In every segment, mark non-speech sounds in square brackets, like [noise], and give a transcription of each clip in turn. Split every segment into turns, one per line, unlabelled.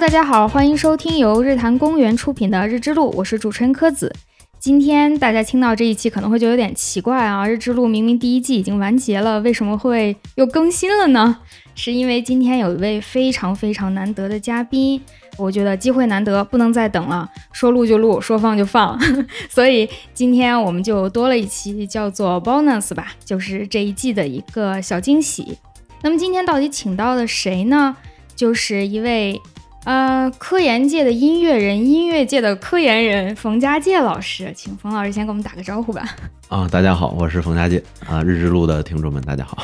大家好，欢迎收听由日坛公园出品的《日之路》，我是主持人柯子。今天大家听到这一期可能会觉得有点奇怪啊，《日之路》明明第一季已经完结了，为什么会又更新了呢？是因为今天有一位非常非常难得的嘉宾，我觉得机会难得，不能再等了，说录就录，说放就放， [laughs] 所以今天我们就多了一期叫做 bonus 吧，就是这一季的一个小惊喜。那么今天到底请到了谁呢？就是一位呃科研界的音乐人，音乐界的科研人冯家界老师，请冯老师先给我们打个招呼吧。
啊，大家好，我是冯家界啊，日之路的听众们，大家好。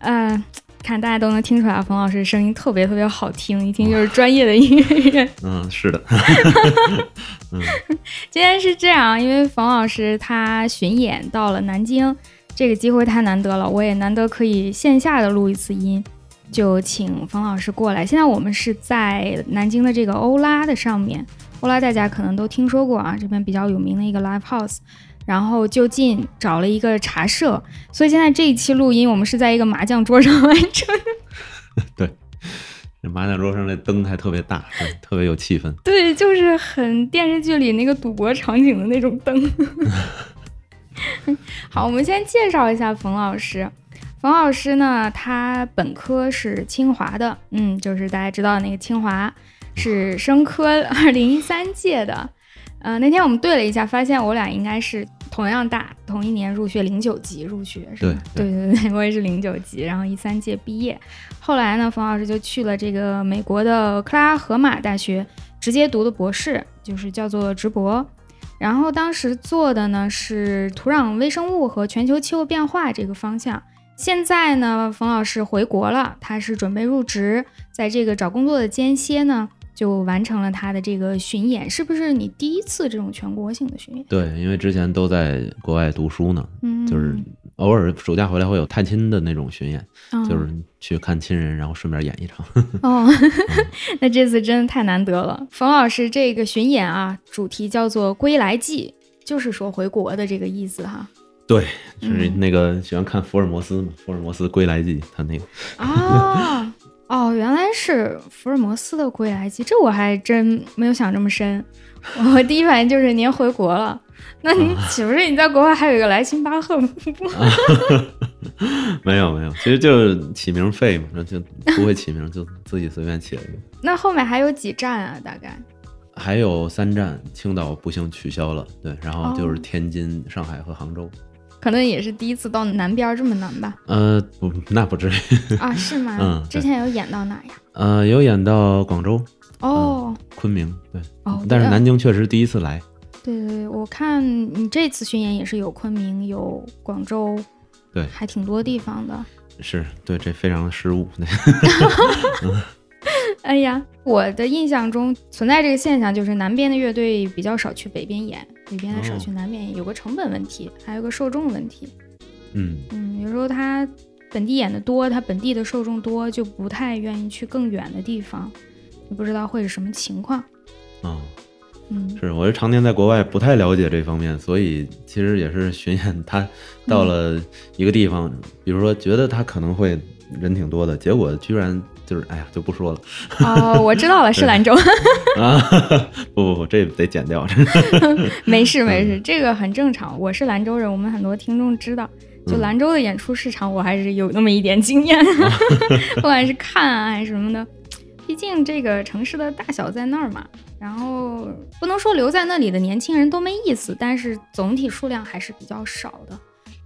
嗯、看大家都能听出来，啊冯老师声音特别特别好听，一听就是专业的音乐人。
嗯，是的， [laughs]
今天是这样，因为冯老师他巡演到了南京，这个机会太难得了，我也难得可以线下的录一次音，就请冯老师过来。现在我们是在南京的这个欧拉的上面，欧拉大家可能都听说过啊，这边比较有名的一个 live house。然后就近找了一个茶社，所以现在这一期录音我们是在一个麻将桌上完成。
这麻将桌上那灯还特别大，对特别有气氛。
对，就是很电视剧里那个赌博场景的那种灯。好，我们先介绍一下冯老师。冯老师呢，他本科是清华的，嗯，就是大家知道那个清华是生科二零一三届的。呃，那天我们对了一下，发现我俩应该是同样大，同一年入学，零九级入学是吧？
对
对对对，我也是零九级，然后一三届毕业。后来呢，冯老师就去了这个美国的克拉荷马大学，直接读的博士，就是叫做直博。然后当时做的呢是土壤微生物和全球气候变化这个方向。现在呢，冯老师回国了，他是准备入职，在这个找工作的间歇呢，就完成了他的这个巡演。是不是你第一次这种全国性的巡演？
对，因为之前都在国外读书呢，
嗯，
就是偶尔暑假回来会有探亲的那种巡演，
嗯
就是去看亲人，然后顺便演
[laughs]
一场。
哦，那这次真的太难得了。冯老师这个巡演啊，主题叫做《归来记》，就是说回国的这个意思哈。
对，就是
嗯
那个喜欢看福尔摩斯嘛，《福尔摩斯归来记》，他
[laughs]
那个
哦哦，原来是福尔摩斯的《归来记》，这我还真没有想这么深。我第一反应就是您回国了，那您
啊
岂不是你在国外还有一个莱辛巴赫瀑布？
没有没有，其实就是起名费嘛，那就不会起名，就自己随便起了一个。
[laughs] 那后面还有几站啊？大概
还有三站，青岛不幸取消了，对，然后就
哦
是天津、上海和杭州。
可能也是第一次到南边儿这么难
[laughs]
吧？
呃，不，那不至于。 [laughs]
啊，是吗？
嗯
之
对
前有演到哪呀？
呃，有演到广州、
哦、
昆明，对。
哦，
但是
对
南京确实第一次来，
对对对，我看你这次巡演也是有昆明，有广州，
对
还挺多地方的。
是对这非常的失误。
[laughs]
对
哎呀，我的印象中存在这个现象，就是南边的乐队比较少去北边演，北边的少去南边演，有个成本问题，还有个受众问题。
嗯，
嗯，有时候他本地演的多，他本地的受众多，就不太愿意去更远的地方，也不知道会是什么情况。
哦， [laughs]
嗯，
是，我是常年在国外，不太了解这方面，所以其实也是巡演，他到了一个地方，比如说觉得他可能会人挺多的，结果居然就是，哎呀，就不
[laughs]
说了
哦，我知道了，是兰州。
啊！ [laughs] 不不不，这得剪掉，这
[laughs] 没
嗯
事没事，这个很正常。我是兰州人，我们很多听众知道，就
嗯
兰州的演出市场，我还是有那么一点经
[laughs]
验， [laughs] 不管是看啊还是什么的，毕竟这个城市的大小在那儿嘛。然后不能说留在那里的年轻人都没意思，但是总体数量还是比较少的，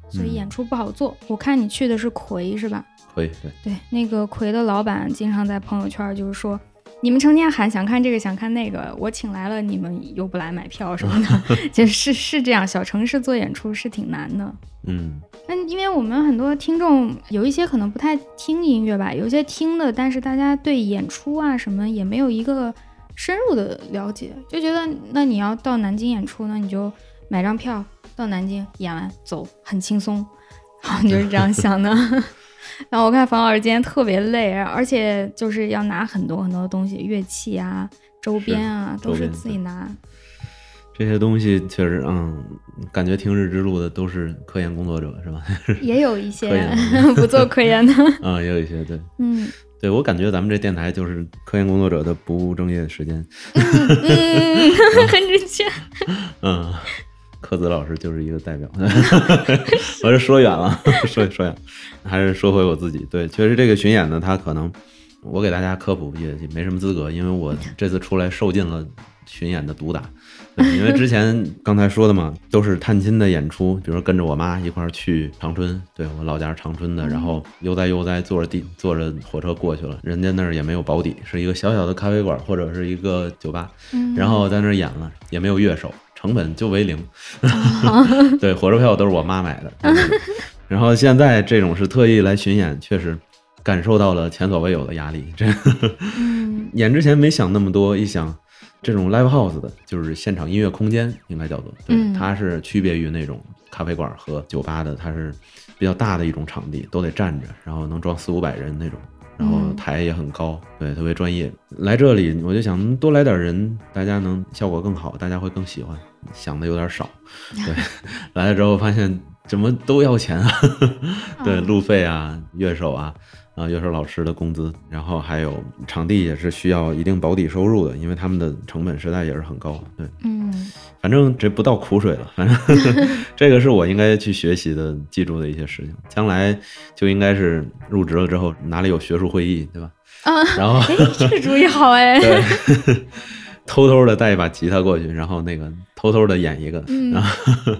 所以
嗯
演出不好做。我看你去的是魁是吧？
可以对。
对，那个葵的老板经常在朋友圈就是说，你们成天喊想看这个想看那个，我请来了你们又不来买票什么的，就是是这样，小城市做演出是挺难的。
嗯，
那因为我们很多听众有一些可能不太听音乐吧，有一些听的，但是大家对演出啊什么也没有一个深入的了解，就觉得那你要到南京演出，那你就买张票到南京演完走，很轻松， [laughs] 好像就是这样想
[laughs]
的。然后我看冯老师今天特别累，而且就是要拿很多很多东西，乐器啊、周边啊
是
都
周
是
边
自己拿。
这些东西确实，嗯，感觉听日之路的都是科研工作者是吧？
也有一
科
些
研
[laughs] 不做科研的，
啊，也有一些对， [laughs]
嗯
对我感觉咱们这电台就是科研工作者的不务正业时间，
嗯， [laughs] 很准确。
嗯，柯子老师就是一个代表。 [laughs] 我是说远了， [laughs] 说说远，还是说回我自己。对，确实这个巡演呢，他可能我给大家科普也没什么资格，因为我这次出来受尽了巡演的毒打。对因为之前刚才说的嘛，都是探亲的演出，比如说跟着我妈一块儿去长春，对我老家是长春的，然后悠哉悠哉坐着地坐着火车过去了，人家那儿也没有保底，是一个小小的咖啡馆或者是一个酒吧，
嗯
然后在那儿演了，也没有乐手，成本就为零。对，火车票都是我妈买的。 [laughs] 当时然后现在这种是特意来巡演，确实感受到了前所未有的压力。这
嗯
演之前没想那么多，一想这种 live house 的，就是现场音乐空间，应该叫做，对，
嗯
它是区别于那种咖啡馆和酒吧的，它是比较大的一种场地，都得站着，然后能装四五百人那种。然后
嗯
台也很高，对，特别专业。来这里我就想嗯多来点人，大家能效果更好，大家会更喜欢。想的有
[laughs]
点少，对。来了之后发现怎么都要钱啊，对，
嗯
路费啊，乐手啊，啊、乐手老师的工资，然后还有场地也是需要一定保底收入的，因为他们的成本实在也是很高。对， [laughs]
嗯
反正这不到苦水了，反 [laughs] 正这个是我应该去学习的、记住的一些事情。将来就应该是入职了之后，哪里有学术会议，对吧？
啊，
然后
哎，这个主意好哎，
[laughs] 对，偷偷的带一把吉他过去，然后那个偷偷的演一个，
嗯
然后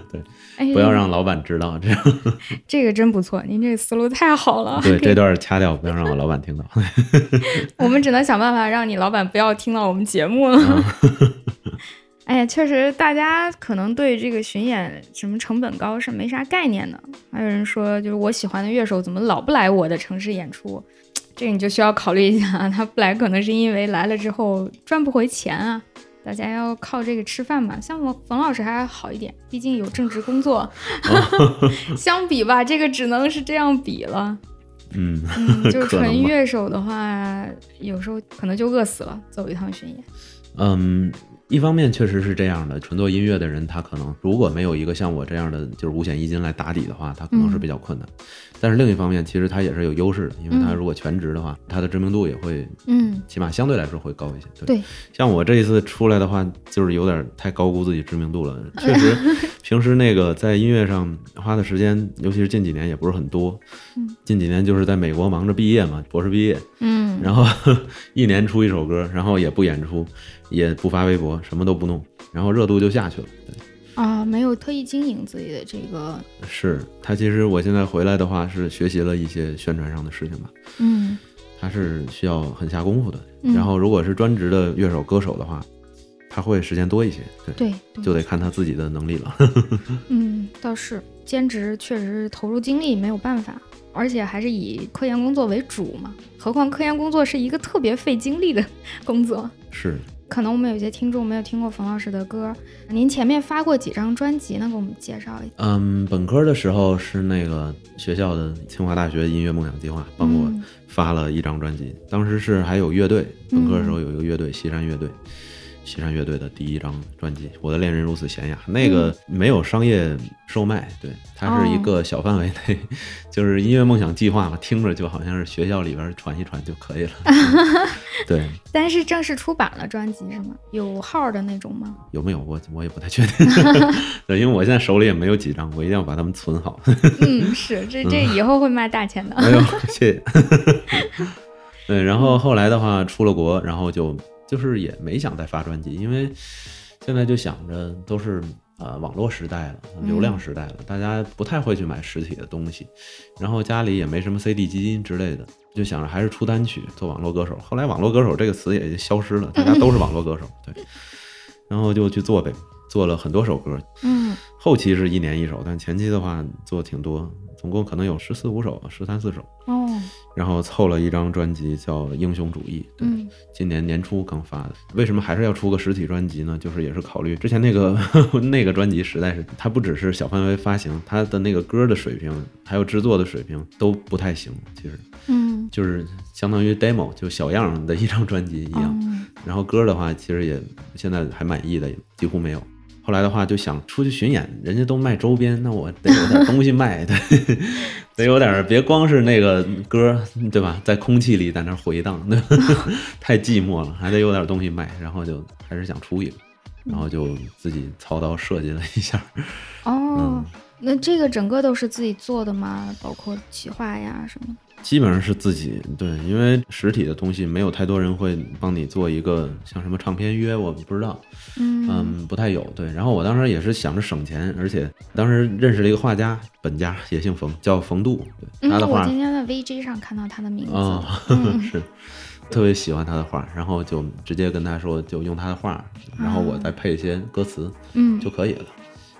对，
哎
不要让老板知道，这样
这个真不错，您这个思路太好了。
对这段掐掉，不要让我老板听到。
[laughs] 我们只能想办法让你老板不要听到我们节目了。 [laughs] 哎呀，确实，大家可能对这个巡演什么成本高是没啥概念的。还有人说，就是我喜欢的乐手怎么老不来我的城市演出？这个你就需要考虑一下， [laughs] 他不来可能是因为来了之后赚不回钱啊。大家要靠这个吃饭嘛。像我冯老师还好一点，毕竟有正职工作。相比吧，这个只能是这样比了。
嗯，
嗯，就是
可能
纯
吧
乐手的话，有时候可能就饿死了，走一趟巡演。
嗯，一方面确实是这样的，纯做音乐的人，他可能如果没有一个像我这样的就是五险一金来打底的话，他可
嗯
能是比较困难。但是另一方面，其实他也是有优势的，因为他
嗯
如果全职的话，他的知名度也会
嗯
起码相对来说会高一些。
对
像我这一次出来的话，就是有点太高估自己知名度了。确
[laughs]
实，平时那个在音乐上花的时间，尤其是近几年也不是很多。
嗯
近几年就是在美国忙着毕业嘛，博士毕业，
嗯
然后 [laughs] 一年出一首歌，然后也不演出，也不发微博，什么都不弄，然后热度就下去了。对
啊，没有特意经营自己的这个，
是他，其实我现在回来的话是学习了一些宣传上的事情吧，
嗯
他是需要很下功夫的。
嗯
然后如果是专职的乐手歌手的话，他会时间多一些，对，
对
就
对，
得看他自己的能力了。 [laughs]
嗯，倒是兼职确实投入精力没有办法，而且还是以科研工作为主嘛。何况科研工作是一个特别费精力的工作。
是，
可能我们有些听众没有听过冯老师的歌，您前面发过几张专辑呢？给我们介绍一下。
嗯，本科的时候是那个学校的清华大学音乐梦想计划帮我
嗯
发了一张专辑，当时是还有乐队，
嗯
本科的时候有一个乐队西山乐队，西山乐队的第一张专辑《我的恋人如此娴雅》，那个没有商业售卖，对，它是一个小范围内， [laughs] 就是音乐梦想计划嘛，听着就好像是学校里边传一传就可以了，对。
但是正式出版了专辑是吗？有号的那种吗？
有没有我我也不太确定，对，因为我现在手里也没有几张，我一定要把它们存好。
[laughs] 嗯，是这这以后会卖大钱的。
哎呦，谢 [laughs] 谢。对，然后后来的话，出了国，然后就就是也没想再发专辑，因为现在就想着都是呃网络时代了，流量时代了，大家不太会去买实体的东西，然后家里也没什么 CD 基金之类的，就想着还是出单曲做网络歌手。后来网络歌手这个词也就消失了，大家都是网络歌手，对，然后就去做呗，做了很多首歌，
嗯
后期是一年一首，但前期的话做挺多，总共可能有十四五首、十三四首，
哦
然后凑了一张专辑叫《英雄主义》，对，
嗯
今年年初刚发的。为什么还是要出个实体专辑呢？就是也是考虑之前那个 [laughs] 那个专辑实在是，它不只是小范围发行，它的那个歌的水平还有制作的水平都不太行，其实
嗯
就是相当于 demo 就小样儿的一张专辑一样。
嗯
然后歌的话，其实也现在还满意的也几乎没有。后后来的话就想出去巡演，人家都卖周边，那我得有点东西卖，对，得有点儿别光是那个歌，对吧？在空气里在那儿回荡，对吧太寂寞了，还得有点东西卖。然后就还是想出一个，然后就自己操刀设计了一下，
哦，那这个整个都是自己做的吗？包括企划呀什么？
基本上是自己对，因为实体的东西没有太多人会帮你做一个像什么唱片约，我不知道，
嗯
嗯，不太有对。然后我当时也是想着省钱，而且当时认识了一个画家，本家也姓冯，叫冯杜，对他的
嗯我
画，
今天在 VJ 上看到他的名字。
嗯，
嗯
[laughs] 是特别喜欢他的画，然后就直接跟他说，就用他的画，然后我再配一些歌词
嗯
就可以了。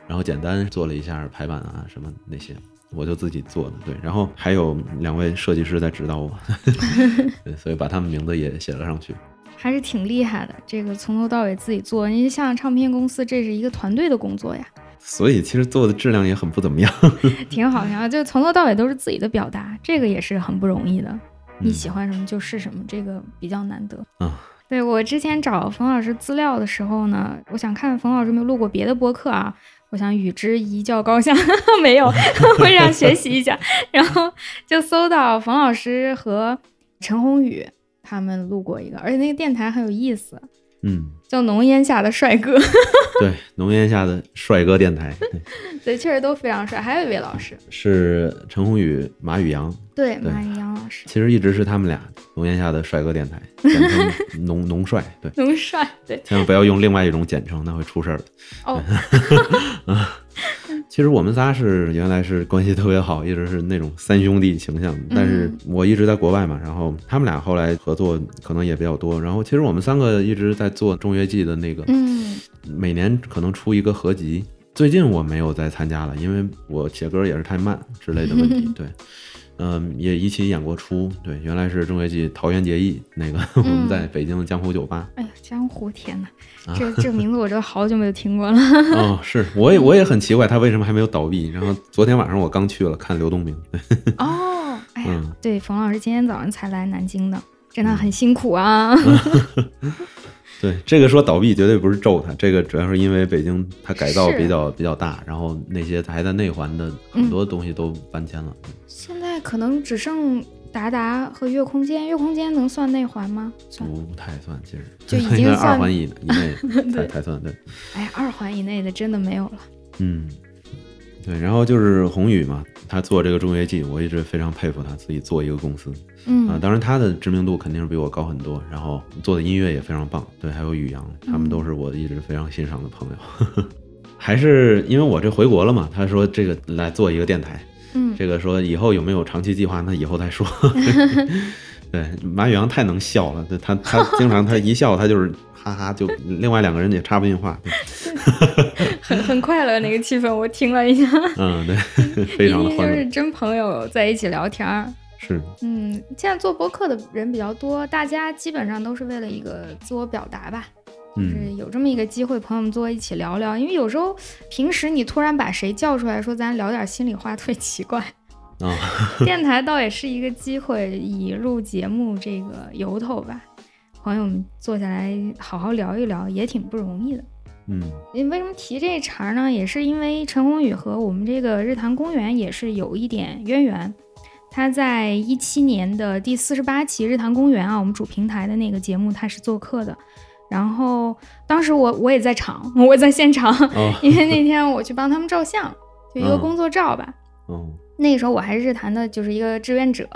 然后简单做了一下排版啊什么那些，我就自己做的。对，然后还有两位设计师在指导我， [laughs] 对，所以把他们名字也写了上去。
还是挺厉害的。这个从头到尾自己做，你像唱片公司，这是一个团队的工作呀，
所以其实做的质量也很不怎么样。 [laughs]
挺好。然后就从头到尾都是自己的表达，这个也是很不容易的。你
嗯
喜欢什么就是什么，这个比较难得。
啊
对我之前找冯老师资料的时候呢，我想看冯老师有没有录过别的播客啊。我想与之一较高下， [laughs] 没有，我想学习一下，然后就搜到冯老师和陈宏宇他们录过一个，而且那个电台很有意思，
嗯，
叫《浓烟下的帅哥》，
[laughs] 对，浓烟下的帅哥电台对
对，确实都非常帅。还有一位老师，
是陈宏宇、马宇阳，
对，
对
马宇阳老师，
其实一直是他们俩浓烟下的帅哥电台，简称浓浓帅。对，
浓帅，对，
千万不要用另外一种简称，那会出事儿的。
哦，
其实我们仨是原来是关系特别好，一直是那种三兄弟形象。但是我一直在国外嘛，然后他们俩后来合作可能也比较多。然后其实我们三个一直在做中乐季的那个，
嗯
每年可能出一个合集。最近我没有再参加了，因为我写歌也是太慢之类的
[laughs]
问题。对，嗯，也一起演过出。对，原来是中乐季桃园结义那个， [laughs] 我
嗯
们在北京的江湖酒
[laughs]
吧。
哎呀，江湖，天哪，
啊
这这个名字我真好久没有听过了。
[laughs] 哦，是，我也我也很奇怪，他为什么还没有倒闭。然后昨天晚上我刚去了看刘东明。对
哦，哎呀，
嗯
对，冯老师今天早上才来南京的，真的很辛苦啊。
嗯对，这个说倒闭绝对不是咒他，这个主要是因为北京它改造
是
比较比较大，然后那些还在内环的很
嗯
多东西都搬迁了。
[laughs] 现在可能只剩达达和月空间，月空间能算内环吗？算。
不太算，其实
就已
[laughs] 应
经
该
算
二环以
[laughs]
以内才
对
才算对，
哎呀，二环以内的真的没有了。
嗯，对。然后就是宏宇嘛，他做这个中乐季，我一直非常佩服他自己做一个公司啊、
嗯，
当然他的知名度肯定是比我高很多，然后做的音乐也非常棒，对，还有宇阳，他们
嗯
都是我一直非常欣赏的朋友。 [laughs] 还是因为我这回国了嘛，他说这个来做一个电台，
嗯，
这个说以后有没有长期计划，那以后
[laughs]
再说。对，马宇阳太能笑了，对他他经常他一笑他就是哈哈，就另外两个人也插不进话。对
很很快乐那个气氛，我听了一下，
嗯，对， [laughs] 非
明明就
常的欢乐
是。真朋友在一起聊天儿。
是，
嗯，现在做播客的人比较多，大家基本上都是为了一个自我表达吧。就是
嗯，
有这么一个机会，朋友们坐一起聊聊。因为有时候平时你突然把谁叫出来说咱聊点心里话，特别奇怪。
啊，
电台倒也是一个机会，以录节目这个由头吧，朋友们坐下来好好聊一聊，也挺不容易的。 [laughs]
嗯
你为什么提这茬儿呢？也是因为陈宏宇和我们这个日坛公园也是有一点渊源。他在一七年的第四十八期日坛公园啊，我们主平台的那个节目，他是做客的。然后当时我我也在场， [laughs] 我在现场，
哦
因为那天我去帮他们照相，就一个
嗯
工作照吧。
哦，
那时候我还是日坛的，就是一个志愿者，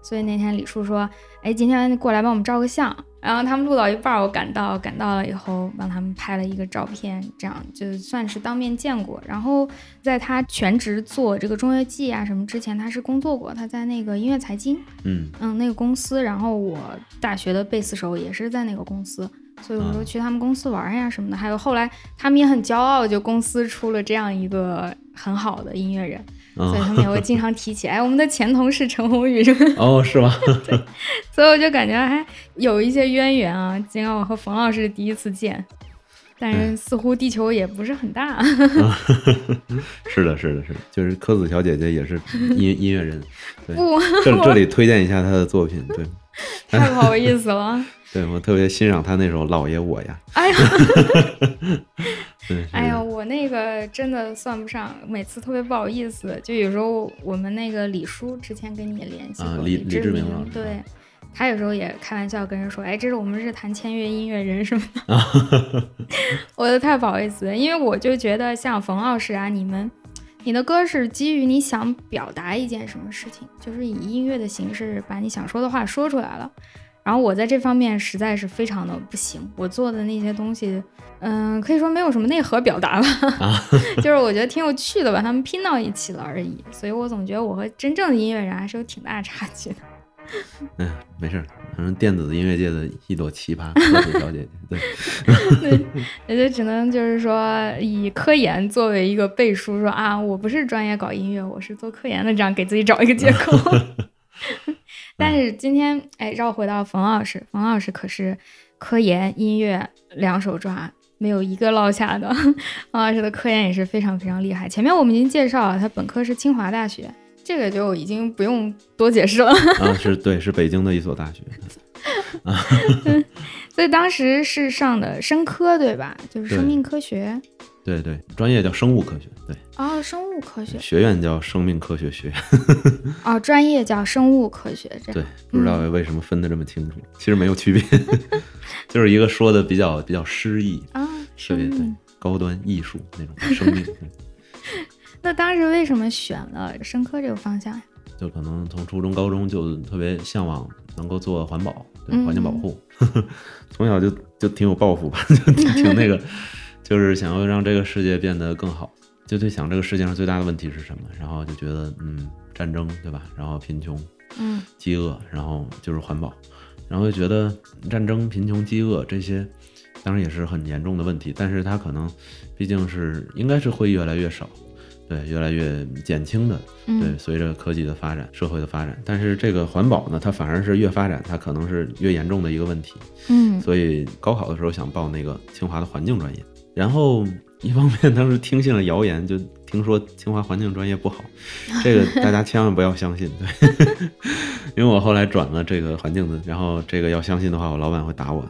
所以那天李叔说：“哎，今天过来帮我们照个相。”然后他们录到一半儿，我赶到，赶到了以后帮他们拍了一个照片，这样就算是当面见过。然后在他全职做这个中乐季啊什么之前，他是工作过，他在那个音乐财经，
嗯
嗯，那个公司。然后我大学的贝斯手也是在那个公司，所以我说
嗯
去他们公司玩呀什么的。还有后来他们也很骄傲，就公司出了这样一个很好的音乐人。所以
啊，
他们也会经常提起，哎，我们的前同事陈宏宇什么， [laughs]
哦，是吗？
所以我就感觉还有一些渊源啊。尽管我和冯老师第一次见，但是似乎地球也不是很大。
[laughs]
[laughs]
是的，是的，是的，就是柯
[laughs]
子小姐姐也是音音乐人，对，
不，
这这里推荐一下她的作品，对，
太不好意思了。
对我特别欣赏他那首《老爷我呀
哎呀，》。
[laughs] 对，
哎呀，
是，
我那个真的算不上，每次特别不好意思。就有时候我们那个李叔之前跟你也联系过，
啊李
李
李
志
志明老师啊
对。他有时候也开玩笑跟人说：“哎，这是我们日坛签约音乐人什么的。”
啊 [laughs]
我都太不好意思了，因为我就觉得像冯老师啊，你们，你的歌是基于你想表达一件什么事情，就是以音乐的形式把你想说的话说出来了。然后我在这方面实在是非常的不行，我做的那些东西，嗯、可以说没有什么内核表达吧，
啊
[laughs] 就是我觉得挺有趣的，把它们拼到一起了而已。所以我总觉得我和真正的音乐人还是有挺大的差距的。
哎呀，没事儿，反正电子音乐界的一朵奇葩，科子小姐姐。对，
也就只能就是说以科研作为一个背书，说啊，我不是专业搞音乐，我是做科研的，这样给自己找一个借口。但是今天，哎，绕回到冯老师，冯老师可是科研、音乐两手抓，没有一个落下的。 [laughs] 冯老师的科研也是非常非常厉害。前面我们已经介绍了，他本科是清华大学，这个就已经不用多解释了。
啊，是对，是北京的一所大学。
所以当时是上的生科，对吧？就是生
对
命科学。
对对，专业叫生物科学，对，
哦，生物科学
学院叫生命科学学院。
哦，专业叫生物科学，这样
对，不知道
嗯
为什么分得这么清楚，其实没有区别， [laughs] 就是一个说的比较比较诗意，
啊，
特
生
别对
命。
高端艺术那种生命。对
那当时为什么选了生科这个方向呀？
就可能从初中、高中就特别向往能够做环保，对
嗯
环境保护， [laughs] 从小就就挺有抱负吧， [laughs] 就挺那个，就是想要让这个世界变得更好，就对想这个世界上最大的问题是什么，然后就觉得嗯，战争对吧？然后贫穷、
嗯
饥饿，然后就是环保，然后就觉得战争、贫穷、饥饿这些，当然也是很严重的问题，但是它可能毕竟是应该是会越来越少，对，越来越减轻的，对，
嗯
随着科技的发展、社会的发展，但是这个环保呢，它反而是越发展，它可能是越严重的一个问题。
嗯
所以高考的时候想报那个清华的环境专业，然后一方面当时听信了谣言，就听说清华环境专业不好，这个大家千万不要相信，对， [laughs] 因为我后来转了这个环境的，然后这个要相信的话，我老板会打我的，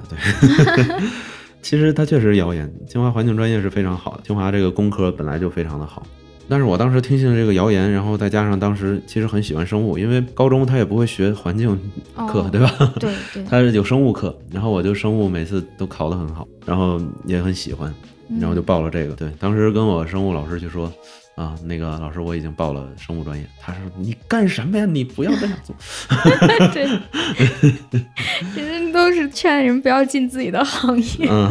对。 [laughs] 其实它确实谣言，清华环境专业是非常好的，清华这个工科本来就非常的好。但是我当时听信了这个谣言，然后再加上当时其实很喜欢生物，因为高中他也不会学环境课，
哦
对吧？
对对，
他是有生物课，然后我就生物每次都考得很好，然后也很喜欢，然后就报了这个。对，当时跟我生物老师就说，啊，那个老师我已经报了生物专业，他说你干什么呀？你不要这样做。 [laughs]
对， [laughs] 其实都是劝人不要进自己的行
[laughs]
业，
嗯，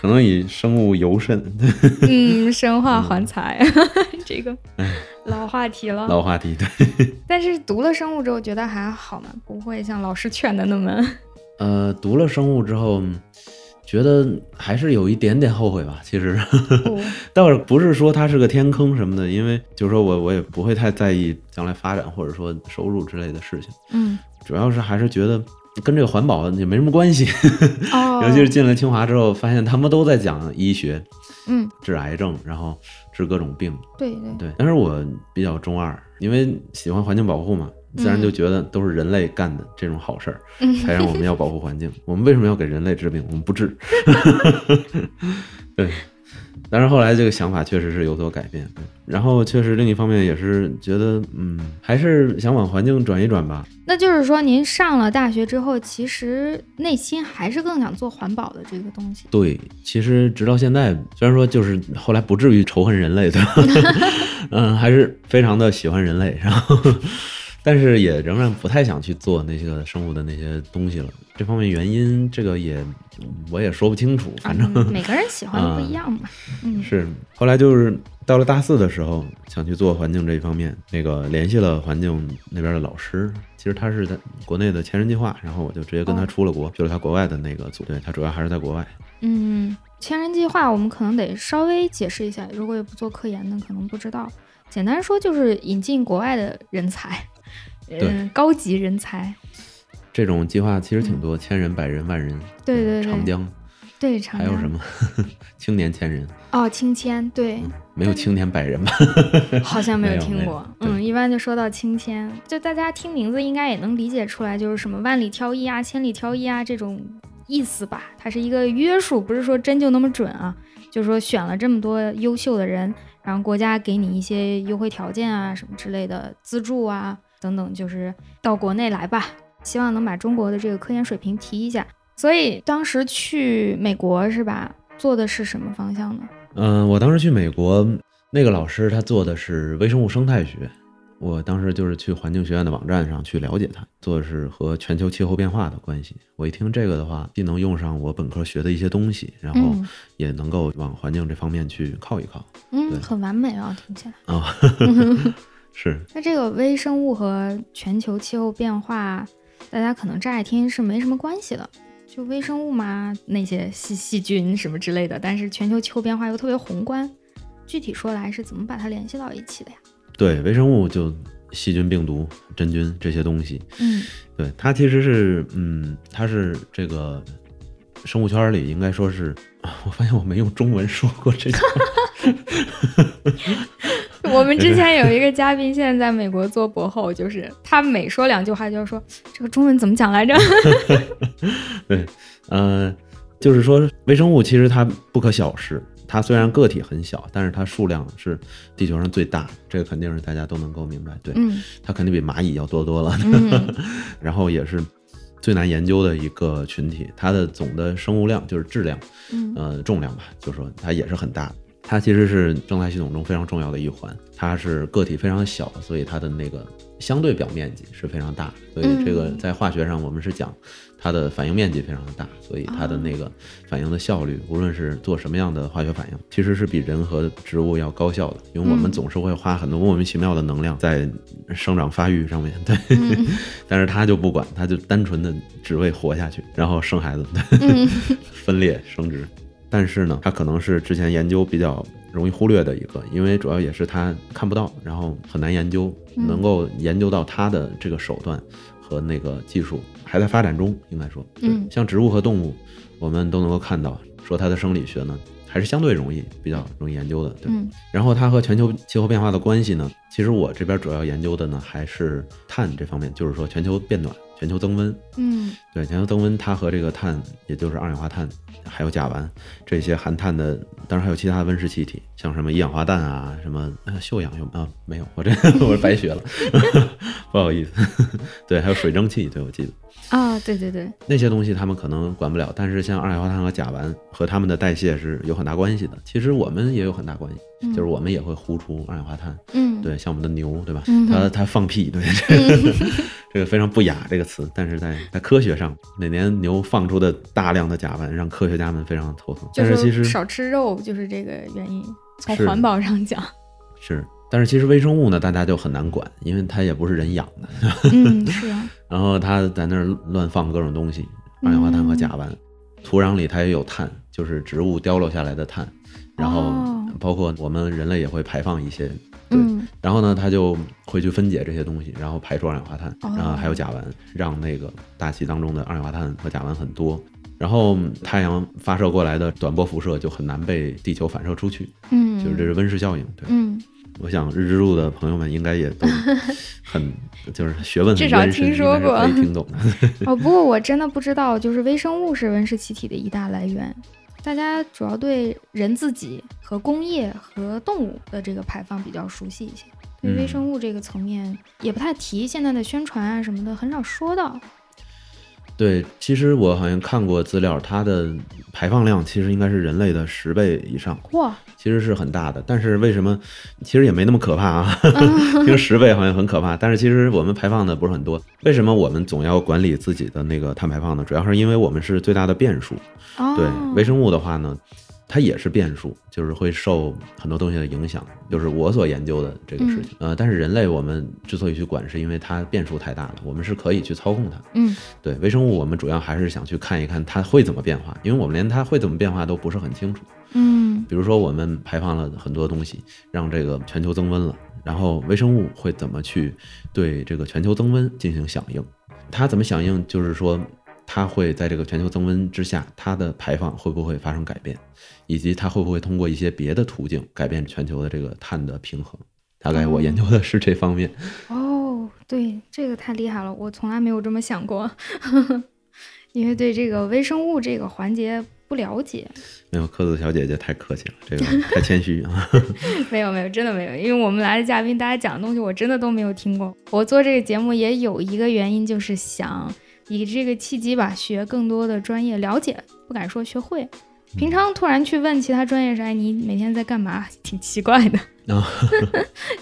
可能以生物尤甚，
嗯，生化环材， [laughs] 这
[laughs]
个老话题了。
嗯老话题。对，
但是读了生物之后，觉得还好嘛，不会像老师劝的那
[laughs]
么，
呃，读了生物之后，觉得还是有一点点后悔吧，其实。 [laughs]
哦
倒是不是说它是个天坑什么的，因为就是说我我也不会太在意将来发展或者说收入之类的事情，
嗯
主要是还是觉得跟这个环保也没什么关系。
哦，
[laughs] 尤其是进了清华之后，发现他们都在讲医学、
嗯，
治癌症，然后治各种病。
对对，
对，但是我比较中二，因为喜欢环境保护嘛，自然就觉得都是人类干的这种好事儿，
嗯
[laughs] 才让我们要保护环境。我们为什么要给人类治病？我们不治。 [laughs] 对，但是后来这个想法确实是有所改变。然后确实另一方面也是觉得，嗯，还是想往环境转一转吧。
那就是说您上了大学之后，其实内心还是更想做环保的这个东西。
对，其实直到现在，虽然说就是后来不至于仇恨人类，
[laughs]
对吧？嗯，还是非常的喜欢人类，然后，但是也仍然不太想去做那些个生物的那些东西了。这方面原因，这个也我也说不清楚，反正、
嗯、每个人喜欢的不一样嘛。嗯
是后来就是到了大四的时候，想去做环境这一方面，那个联系了环境那边的老师，其实他是在国内的前人计划，然后我就直接跟他
哦
出了国，去了他国外的那个组，对他主要还是在国外。
嗯，千人计划我们可能得稍微解释一下，如果有不做科研的可能不知道。简单说就是引进国外的人才，嗯，高级人才。
这种计划其实挺多，千人、百人、万人，
嗯对对对嗯
嗯长江，
对，长
还有
江
什么 [laughs] 青年千人？
哦，青迁，对，
嗯，没有青年百人吧？ [laughs]
好像没
没
有
有
听
没有
过。
对
嗯，一般就说到青迁，就大家听名字应该也能理解出来，就是什么万里挑一啊、千里挑一啊这种意思吧。它是一个约束，不是说真就那么准啊。就是说选了这么多优秀的人，然后国家给你一些优惠条件啊、什么之类的资助啊等等，就是到国内来吧，希望能把中国的这个科研水平提一下。所以当时去美国是吧？做的是什么方向呢？
嗯、我当时去美国，那个老师他做的是微生物生态学，我当时就是去环境学院的网站上去了解他，做的是和全球气候变化的关系。我一听这个的话，既能用上我本科学的一些东西，然后
嗯
也能够往环境这方面去靠一
[laughs]
靠
嗯，
对
很完美啊，听起来。
啊。 [laughs] 是，
那这个微生物和全球气候变化，大家可能乍一听是没什么关系的，就微生物嘛，那些细细菌什么之类的，但是全球气候变化又特别宏观，具体说来是怎么把它联系到一起的呀？
对，微生物就细菌、病毒、真菌这些东西，
嗯
对，它其实是，嗯，它是这个生物圈儿里应该说是，啊我发现我没用中文说过这句
[laughs]
话 [laughs]
我们之前有一个嘉宾，现在在美国做博后，就是他每说两句话就要说这个中文怎么讲来着？ [laughs]
呃，就是说微生物其实它不可小视，它虽然个体很小，但是它数量是地球上最大，这个肯定是大家都能够明白，对，
嗯
它肯定比蚂蚁要多多了，
嗯
然后也是最难研究的一个群体，它的总的生物量就是质量。
嗯
呃重量吧，就说它也是很大的。它其实是生态系统中非常重要的一环，它是个体非常小，所以它的那个相对表面积是非常大的，所以这个
嗯
在化学上我们是讲它的反应面积非常的大，所以它的
哦
那个反应的效率，无论是做什么样的化学反应，其实是比人和植物要高效的，因为我
嗯
们总是会花很多莫名其妙的能量在生长发育上面，对，
嗯
但是它就不管，它就单纯的只为活下去，然后生孩子，对。
嗯
分裂生殖。但是呢，它可能是之前研究比较容易忽略的一个，因为主要也是它看不到，然后很难研究，
嗯
能够研究到它的这个手段和那个技术还在发展中，应该说，对
嗯
像植物和动物，我们都能够看到，说它的生理学呢还是相对容易，比较容易研究的，对。
嗯
然后它和全球气候变化的关系呢，其实我这边主要研究的呢还是碳这方面，就是说全球变暖、全球增温，
嗯
对，全球增温，它和这个碳，也就是二氧化碳，还有甲烷这些含碳的，当然还有其他的温室气体，像什么一氧化氮啊，什么呃溴氧有啊没有？ [laughs] 我这我白学了，不好意思。对，还有水蒸气，对我记得
啊，对对对，
那些东西他们可能管不了，但是像二氧化碳和甲烷和它们的代谢是有很大关系的。其实我们也有很大关系，
嗯
就是我们也会呼出二氧化碳，
嗯
对，像我们的牛，对吧
嗯？哼
它它放
[laughs]
屁，对这个这个非常不雅这个词，但是在在科学上，每年牛放出的大量的甲烷让科学家们非常头疼。
就
但是其实
少吃肉就是这个原因，从
是
环保上
[laughs]
讲。
是，但是其实微生物呢，大家就很难管，因为它也不是人养的，
嗯，是啊，
然后它在那儿乱放各种东西，二氧化碳和甲
嗯
烷，土壤里它也有碳，就是植物掉落下来的碳，然后
哦
包括我们人类也会排放一些， [laughs] 对，
嗯
然后呢，它就会去分解这些东西，然后排出二氧化碳，
哦
然后还有甲烷，让那个大气当中的二氧化碳和甲烷很多。然后太阳发射过来的短波辐射就很难被地球反射出去，
嗯，
就是这是温室效应。对，
嗯，
我想日之路的朋友们应该也都很 [laughs] 就是学问
至
很
少
渊深，
听说
应该是可
过
以听懂的。 [laughs]
哦，不过我真的不知道，就是微生物是温室气体的一大来源。大家主要对人自己和工业和动物的这个排放比较熟悉一些，对
嗯
微生物这个层面也不太提，现在的宣传啊什么的很少说到。
对，其实我好像看过资料，它的排放量其实应该是人类的十倍以上。
哇，
其实是很大的，但是为什么其实也没那么可怕啊？ [laughs] 听十倍好像很可怕，但是其实我们排放的不是很多。为什么我们总要管理自己的那个碳排放呢？主要是因为我们是最大的变数。
哦，
对，微生物的话呢，它也是变数，就是会受很多东西的影响。就是我所研究的这个事情，
嗯
呃，但是人类我们之所以去管，是因为它变数太大了，我们是可以去操控它。
嗯
对微生物，我们主要还是想去看一看它会怎么变化，因为我们连它会怎么变化都不是很清楚。
嗯
比如说我们排放了很多东西，让这个全球增温了，然后微生物会怎么去对这个全球增温进行响应？它怎么响应？就是说，它会在这个全球增温之下，它的排放会不会发生改变，以及它会不会通过一些别的途径改变全球的这个碳的平衡。大概我研究的是这方面。
哦，对，这个太厉害了，我从来没有这么想过， [laughs] 因为对这个微生物这个环节不了解。 [laughs]
没有，科子小姐姐太客气了，这个太谦虚啊。 [laughs]
没有没有，真的没有，因为我们来的嘉宾，大家讲的东西我真的都没有听过。我做这个节目也有一个原因，就是想以这个契机吧，学更多的专业了解，不敢说学会。平常突然去问其他专业啥，哎你每天在干嘛， [laughs] 挺奇怪的。
啊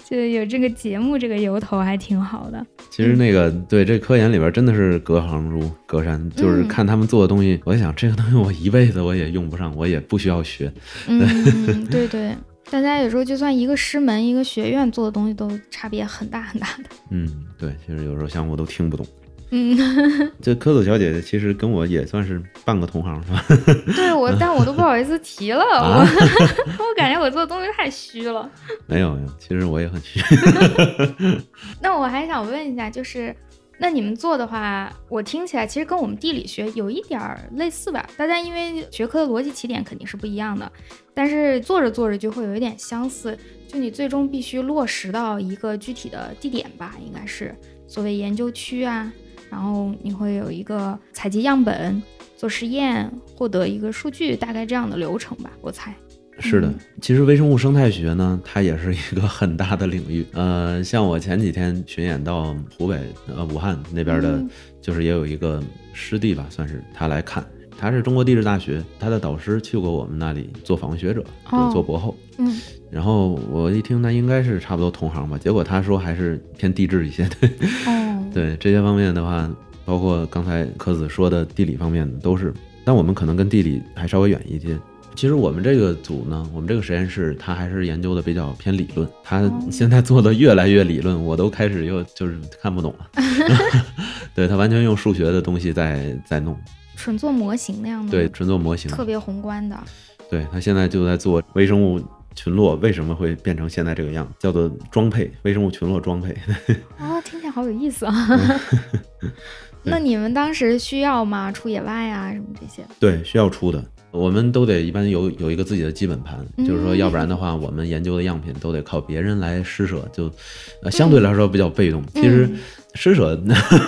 就有这个节目这个由头还挺好的。
其实那个对这科研里边真的是隔行如隔山，就是看他们做的东西，我就想这个东西我一辈子我也用不上，我也不需要学。
嗯，对对，大家有时候就算一个师门、一个学院做的东西都差别很大很大的。
嗯，对，其实有时候项目都听不懂。
嗯，
这科子小姐姐其实跟我也算是半个同行，是吧？ [laughs]
对我，但我都不好意思提了，[laughs]
啊，
我我感觉我做的东西太虚了。
没有没有，其实我也很虚。
那我还想问一下，就是那你们做的话，我听起来其实跟我们地理学有一点儿类似吧？大家因为学科的逻辑起点肯定是不一样的，但是做着做着就会有一点相似。就你最终必须落实到一个具体的地点吧，应该是所谓研究区啊，然后你会有一个采集样本、做实验、获得一个数据，大概这样的流程吧，我猜。
是的
嗯，
其实微生物生态学呢，它也是一个很大的领域。 [laughs] 呃，像我前几天巡演到湖北呃武汉那边的
嗯，
就是也有一个师弟吧，算是他来看。他是中国地质大学，他的导师去过我们那里做访问学者，
哦
就是做博后。
嗯，
然后我一听，那应该是差不多同行吧。结果他说还是偏地质一些。对
哦，
对这些方面的话，包括刚才柯子说的地理方面的都是，但我们可能跟地理还稍微远一些。其实我们这个组呢，我们这个实验室，它还是研究的比较偏理论，它
哦
[laughs] 现在做的越来越理论，我都开始又就是看不懂
[laughs]
了。对，它完全用数学的东西在在弄，
纯做模型那样的，
对，，纯做模型。
嗯特别宏观的。
对他现在就在做微生物群落为什么会变成现在这个样，叫做装配微生物群落装配。
哦，听起来好有意思啊！
嗯
[laughs]
[laughs]
那你们当时需要吗？出野外啊，什么这些？
对，需要出的，我们都得一般有有一个自己的基本盘，
嗯
就是说，要不然的话，我们研究的样品都得靠别人来施舍，就呃相对来说比较被动。其实施舍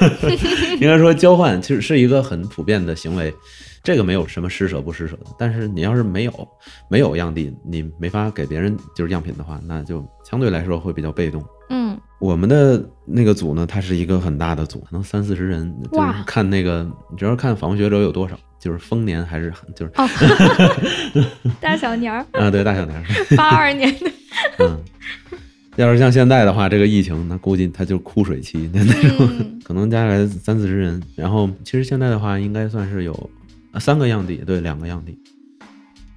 [laughs] 应该说交换，其实是一个很普遍的行为。这个没有什么施舍不施舍的，但是你要是没有没有样地，你没法给别人就是样品的话，那就相对来说会比较被动。
嗯，
我们的那个组呢，它是一个很大的组，可能三四十人，就
哇
是看那个，主要是看访问学者有多少，就是丰年还是 [laughs] 就是
哦，大小年儿，
啊，对，大小年儿， [laughs]
八二年的，
嗯，要是像现在的话，这个疫情，那估计它就枯水期， [laughs] 那那种、
嗯
可能加起来三四十人。然后其实现在的话，应该算是有呃三个样地，对，两个样地。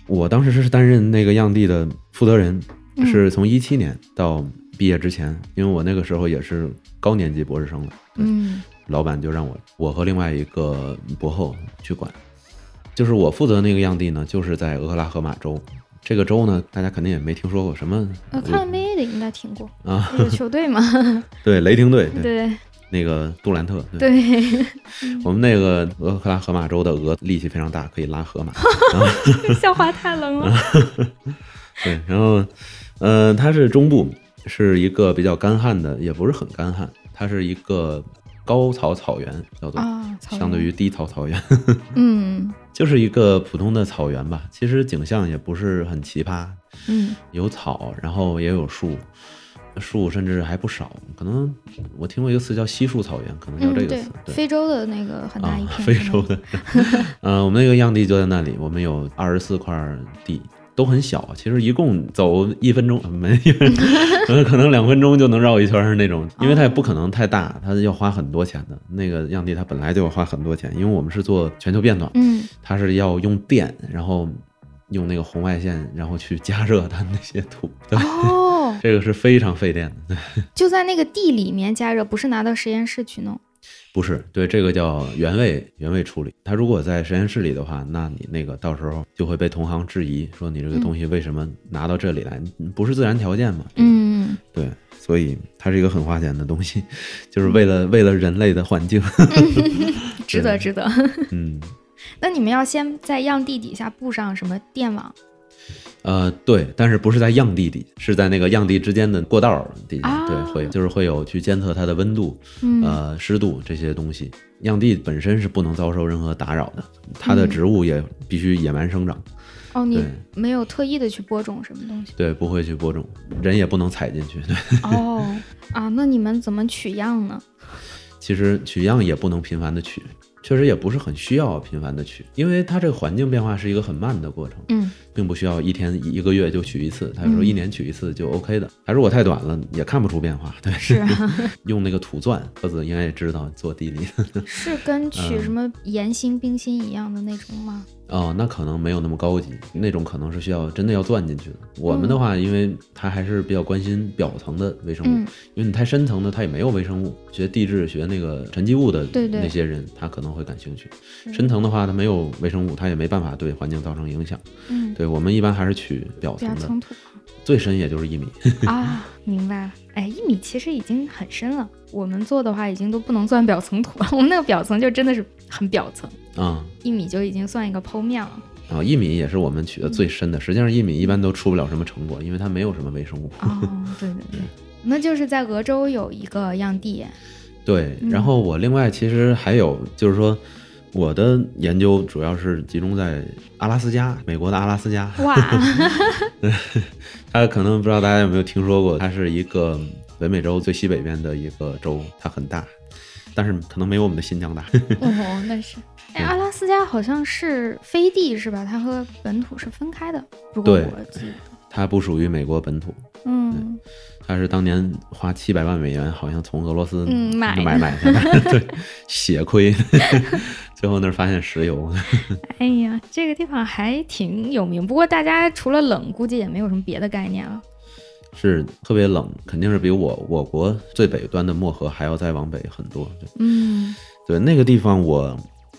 我当时是担任那个样地的负责人，
嗯
是从一七年到毕业之前，因为我那个时候也是高年级博士生了。
嗯
[laughs] 老板就让我我和另外一个博后去管，就是我负责那个样地呢，就是在俄克拉荷马州。这个州呢，大家肯定也没听说过什么
呃，看 NBA 的应该听过，
啊，
有球队嘛，
对，雷霆 [laughs] 队，对，
对
那个杜兰特，对，
对，
我们那个俄克拉荷马州的鹅力气非常大，可以拉
[laughs]
河马，
笑话太冷了。
对，然后，呃，它是中部，是一个比较干旱的，也不是很干旱，它是一个高草草原，叫做、
啊，草原
相对于低草草原。 [laughs]
嗯
就是一个普通的草原吧，其实景象也不是很奇葩，
嗯
有草，然后也有树，树甚至还不少。可能我听过一个词叫稀树草原，可能叫
嗯，
这个
对
词。，
非洲的那个很大
啊
一，片，
[laughs] 非洲的，呃，我们那个样地就在那里，我们有二十四块地，都很小，其实一共走一分钟没 [laughs] 一分钟，呃可能两分钟就能绕一圈儿那种，因为它也不可能太大，它要花很多钱的。那个样地它本来就要花很多钱，因为我们是做全球变暖。
嗯
它是要用电，然后用那个红外线，然后去加热它那些土。对，
哦，
这个是非常费电的。 [laughs] 对，
就在那个地里面加热，不是拿到实验室去弄。
不是，对，这个叫原位原位处理。它如果在实验室里的话，那你那个到时候就会被同行质疑，说你这个东西为什么拿到这里来？不是自然条件嘛？
嗯。嗯
对，所以它是一个很花钱的东西， [laughs] 就是为了为了人类的环境， [laughs]
值得
对
值得。
嗯，
那你们要先在样地底下布上什么电网
呃，对，但是不是在样地底，是在那个样地之间的过道儿底下，
啊
对，会就是会有去监测它的温度、
嗯
呃湿度这些东西。样地本身是不能遭受任何打扰的，它的
嗯
植物也必须野蛮生长，
哦，你
对
没有特意的去播种什么东
[laughs]
西
对，不会去播种，人也不能踩进去， [laughs] 对。
哦啊？那你们怎么取样呢？
其实取样也不能频繁的取，确实也不是很需要频繁的取，因为它这个环境变化是一个很慢的过程，
嗯
并不需要一天一个月就取一次，它有时候
嗯
一年取一次就 OK 的。它如果太短了，也看不出变化。对， [laughs]
是啊
用那个土钻，鸽子应该也知道做地理
是跟取什么盐星、冰心一样的那种吗？
[laughs] 哦，那可能没有那么高级，那种可能是需要真的要钻进去的。我们的话，因为它还是比较关心表层的微生物，
嗯
因为你太深层的它也没有微生物。学地质、学那个沉积物的
对对
那些人，他可能会感兴趣。
嗯
深层的话，它没有微生物，它也没办法对环境造成影响。
嗯，
对我们一般还是取表层
表
的，
层土
最深也就是一米。
啊，明白了。哎，一米其实已经很深了，我们做的话已经都不能算表层土了， [laughs] 我们那个表层就真的是很表层，
啊
一米就已经算一个剖面了。
啊，一米也是我们取的
嗯
最深的。实际上，一米一般都出不了什么成果，因为它没有什么微生物。
哦，对对对，那就是在俄州有一个样地，
对，
嗯
然后我另外其实还有就是说，我的研究主要是集中在阿拉斯加，美国的阿拉斯加。
哇，
大家可能不知道大家有没有听说过，它是一个北美洲最西北边的一个州，它很大，但是可能没有我们的新疆大。 [laughs]
哦，那是。哎，
对
阿拉斯加好像是飞地是吧？它和本土是分开的，如果
对
我记得，
它不属于美国本土，
嗯，
它是当年花七百万美元，好像从俄罗斯
嗯买的
买买下来，对，血亏， [laughs] 最后那儿发现石油。
哎呀，这个地方还挺有名，不过大家除了冷，估计也没有什么别的概念了。
是特别冷，肯定是比我我国最北端的漠河还要再往北很多。对
嗯，
对，那个地方我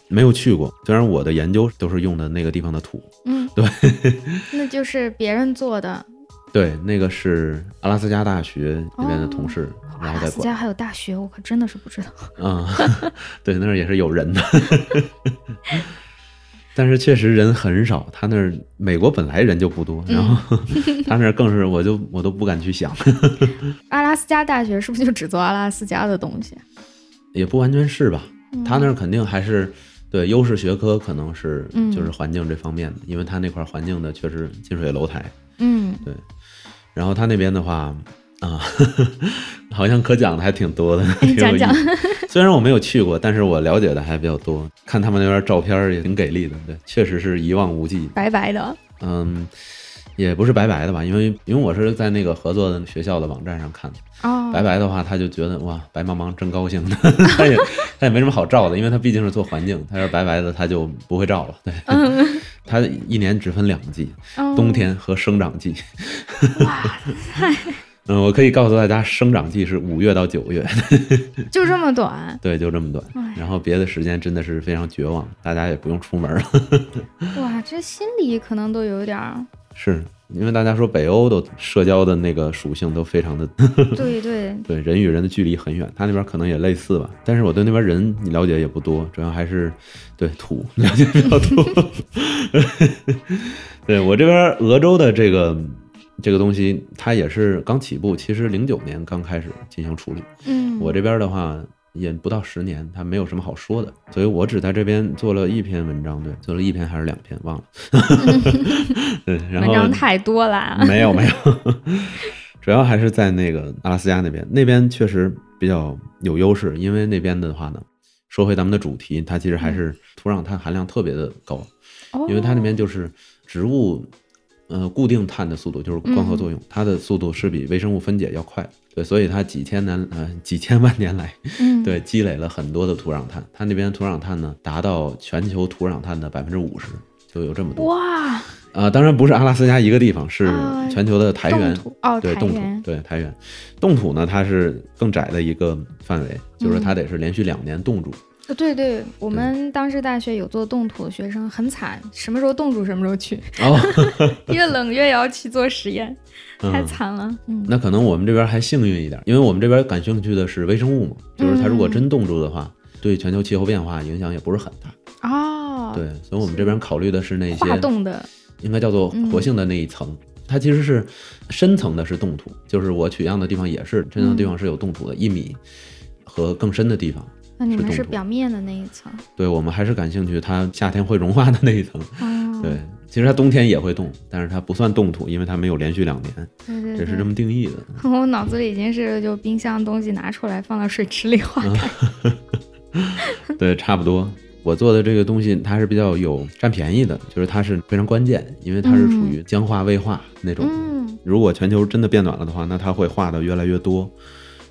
没有去过，虽然我的研究都是用的那个地方的土。
嗯，
对，
[laughs] 那就是别人做的。
对，那个是阿拉斯加大学里面的同事，
阿
然后
拉
再
斯
管。
加还有大学，我可真的是不知道。 [laughs]
嗯， [laughs] 对，那儿也是有人的， [laughs] 但是确实人很少。他那儿美国本来人就不多，然后 [laughs] 他那儿更是我就我都不敢去想。
阿拉斯加大学是不是就只做阿拉斯加的东西？
也不完全是吧，
嗯
他那儿肯定还是对优势学科可能是
嗯
就是环境这方面的，因为他那块儿环境的确实近水楼台，
嗯，
然后他那边的话啊， [laughs] 好像可讲的还挺多的， [laughs] 挺有
哎讲
意
讲
思。
[laughs]
虽然我没有去过，但是我了解的还比较多，看他们那边照片儿也挺给力的，对，确实是一望无际，
白白的。
嗯。也不是白白的吧，因为因为我是在那个合作的学校的网站上看的，
哦，
白白的话，他就觉得哇，白茫茫真高兴， [laughs] 他也他也没什么好照的，因为他毕竟是做环境，他要是白白的，他就不会照了。对，他一年只分两季，
嗯
冬天和生长季。 [laughs] 嗯，我可以告诉大家，生长季是五月到九月， [laughs]
就这么短，
对，就这么短
哎。
然后别的时间真的是非常绝望，大家也不用出门了。 [laughs]
哇，这心里可能都有点儿。
是因为大家说北欧的社交的那个属性都非常的
对对，
对人与人的距离很远，他那边可能也类似吧。但是我对那边人了解也不多，主要还是对土 [laughs] 了解比较多。 [laughs] 对我这边俄州的这个这个东西，它也是刚起步，其实零九年刚开始进行处理。
嗯，
我这边的话。也不到十年，它没有什么好说的，所以我只在这边做了一篇文章，对，做了一篇还是两
[laughs]
篇，忘了。 [laughs] 对，然
文
后嗯
章太多了啊。
[laughs] 没有没有，主要还是在那个阿拉斯加那边，那边确实比较有优势，因为那边的话呢，说回咱们的主题，它其实还是土壤碳含量特别的高，
哦
因为它那边就是植物，呃，固定碳的速度就是光合作
嗯
用，它的速度是比微生物分解要快，对，所以它几千年呃几千万年来，
嗯，
对积累了很多的土壤碳，它那边土壤碳呢达到全球土壤碳的百分之五十，就有这么多。
哇，
啊，当然不是阿拉斯加一个地方，是
啊
全球的台
冻
原，
土哦，
对，
台
冻土
原，
对台
嗯 [laughs]
原，冻土呢，它是更窄的一个范围，就是说它得是连续两年冻住，
呃对对，我们当时大学有做动土的学生很惨，什么时候冻住什么时候
[laughs]
去，
哦，
越冷越要去做实验，太
嗯，
惨了。嗯，
那可能我们这边还幸运一点，因为我们这边感兴趣的是微生物嘛，就是它如
嗯
果真冻住的话，对全球气候变化影响也不是很大。
哦，
对，所以我们这边考虑的是那
化
些
冻嗯的，
应该叫做活性的那一层。它其实是深层的是冻土，就是我取样的地方也是深层
嗯
的地方是有冻土的，一米和更深的地方。
那你
是
们
冻
是
土
表面的那一层。
对我们还是感兴趣，它夏天会融化的那一层。
哦，
对，其实它冬天也会冻，但是它不算冻土，因为它没有连续两年，
对对
这
对，
是这么定义的。
[laughs] 我脑子里已经是就冰箱东西拿出来放到水池里化开。
对，差不多。我做的这个东西，它是比较有占便宜的，就是它是非常关键，因为它是处于僵化未化那种。
嗯，
如果全球真的变暖了的话，那它会化的越来越多，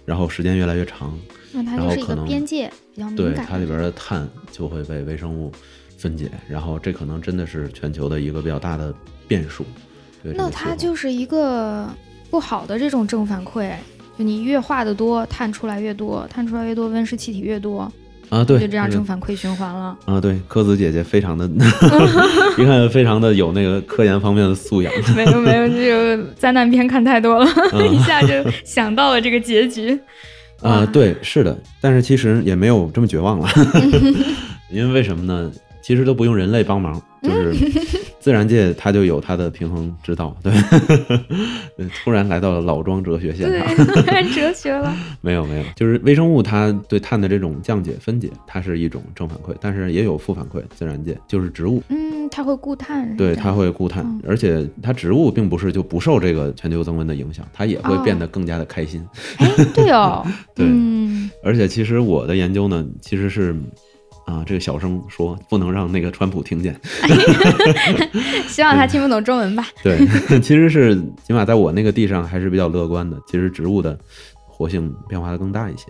然后时间越来越长，
那它
然
就
后
是一
可
个
能
边界比较
对
敏感。
它里边的碳就会被微生物分解，然后这可能真的是全球的一个比较大的变数。对这
那
个气
它
候
就是一个不好的这种正反馈，就你越化的多，碳出来越多，碳出来越多，温室气体越多，
啊，对，
就这样
那个
正反馈循环
[laughs]
了。
啊，对，柯子姐姐非
[laughs]
常 [laughs] 的，一看非常的有那个科研方面的素养。
没有没有，就灾难片看太多了，
嗯
一下就想到了这个结
[laughs]
局。
啊、
哇
对，是的，但是其实也没有这么绝
[laughs]
望了，因为为什么呢？其实都不用人类帮忙，就是
[laughs]
自然界它就有它的平衡之道，对。 [laughs] 对突然来到了老庄哲学现
对 [laughs]
场，，
哲学了。
没有没有，就是微生物它对碳的这种降解分解，它是一种正反馈，但是也有负反馈。自然界就是植物，
嗯，它会固碳是
对
这
它
样
会固碳，
嗯
而且它植物并不是就不受这个全球增温的影响，它也会
哦
变得更加的开心。，
哎，对哦
[laughs] 对
嗯，
而且其实我的研究呢，其实是啊，这个小声说不能让那个川普听见。
希望他听不懂中文吧。 [laughs]
对，其实是起码在我那个地上还是比较乐观的。其实植物的活性变化的更大一些。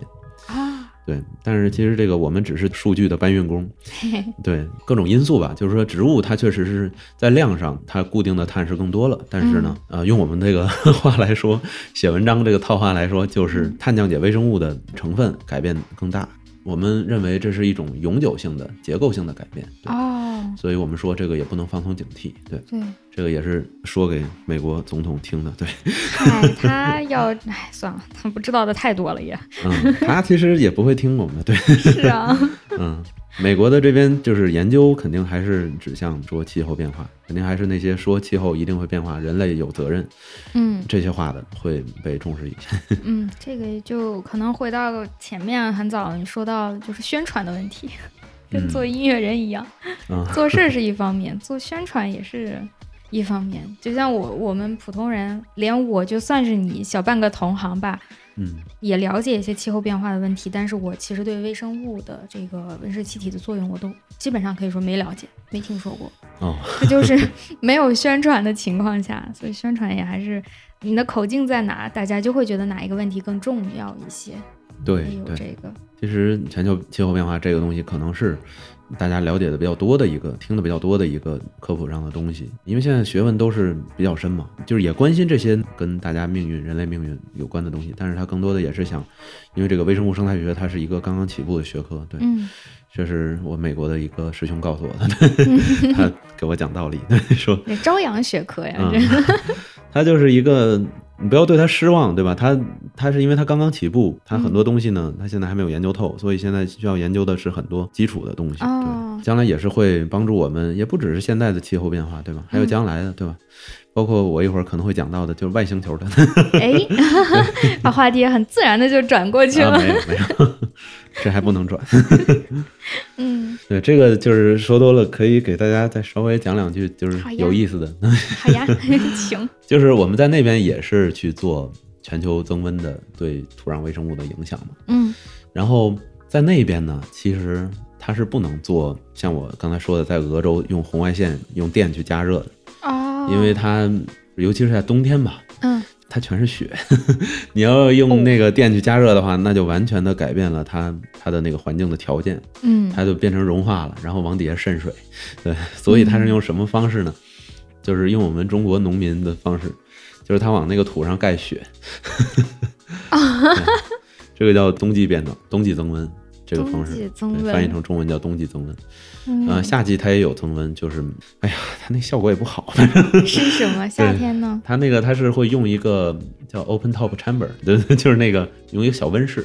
啊，
对，但是其实这个我们只是数据的搬运工，
嘿嘿
对各种因素吧，就是说植物它确实是在量上它固定的碳是更多了，但是呢，呃，用我们这个 [laughs] 话来说，写文章这个套话来说，就是
嗯
碳降解微生物的成分改变更大。我们认为这是一种永久性的、结构性的改变，对，
哦，
所以我们说这个也不能放松警惕，对，
对，
这个也是说给美国总统听的，对，
嗨，他要，哎，算了，他不知道的太多了也。
嗯，他其实也不会听我们的，对，
是
[laughs]
啊，
嗯，美国的这边就是研究肯定还是指向说气候变化，肯定还是那些说气候一定会变化，人类有责任
嗯。
这些话的会被重视一些。
嗯，这个就可能回到前面很早你说到就是宣传的问题，跟做音乐人一样，
嗯
做事儿是一方面，做宣传也是一方面。就像我我们普通人，连我就算是你小半个同行吧，
嗯
也了解一些气候变化的问题，但是我其实对微生物的这个温室气体的作用，我都基本上可以说没了解，没听说过。
哦，
这就是 [laughs] 没有宣传的情况下，所以宣传也还是你的口径在哪，大家就会觉得哪一个问题更重要一些。
对
也有
对，
这个，
其实全球气候变化这个东西可能是。大家了解的比较多的一个，听的比较多的一个科普上的东西，因为现在学问都是比较深嘛，就是也关心这些跟大家命运、人类命运有关的东西，但是它更多的也是想，因为这个微生物生态学它是一个刚刚起步的学科，对，
嗯，
这是我美国的一个师兄告诉我
[laughs]
的，他给我讲道理， [laughs] 说，
这朝阳学科呀，
嗯
这，
[laughs] 他就是一个，你不要对他失望，对吧？他他是因为他刚刚起
嗯
步，他很多东西呢，他现在还没有研究透，所以现在需要研究的是很多基础的东西，
哦
对，将来也是会帮助我们，也不只是现在的气候变化，对吧？
嗯
还有将来的，对吧？包括我一会儿可能会讲到的，就是外星
[laughs]
球的，啊 [laughs]
哎，把话题很自然的就转过去
啊，
了，
没有没有，这还不能转。 [laughs]
嗯，
对，这个就是说多了，可以给大家再稍微讲两句，就是
好呀
有意思的。
好
[laughs]
呀，请，
就是我们在那边也是去做全球增温的对土壤微生物的影响嘛。
嗯
然后在那边呢，其实它是不能做像我刚才说的，在俄州用红外线用电去加热的，
哦，
因为它尤其是在冬天吧， [laughs]
嗯
它全是雪。你要用那个电去加热的话，那就完全的改变了它它的那个环境的条件，
嗯
它就变成融化了，然后往底下渗水。对，所以它是用什么方式呢？就是用我们中国农民的方式，就是它往那个土上
啊
盖雪。对这个叫冬季变暖，冬季增温。这个方式
冬季，增
对
温
翻译成中文叫冬季增温。
嗯，
呃，夏季它也有增温，就是哎呀，它那效果也不好。
是什么？夏天呢？
它那个它是会用一个叫 open top chamber，对， [laughs] 就是那个用一个小温室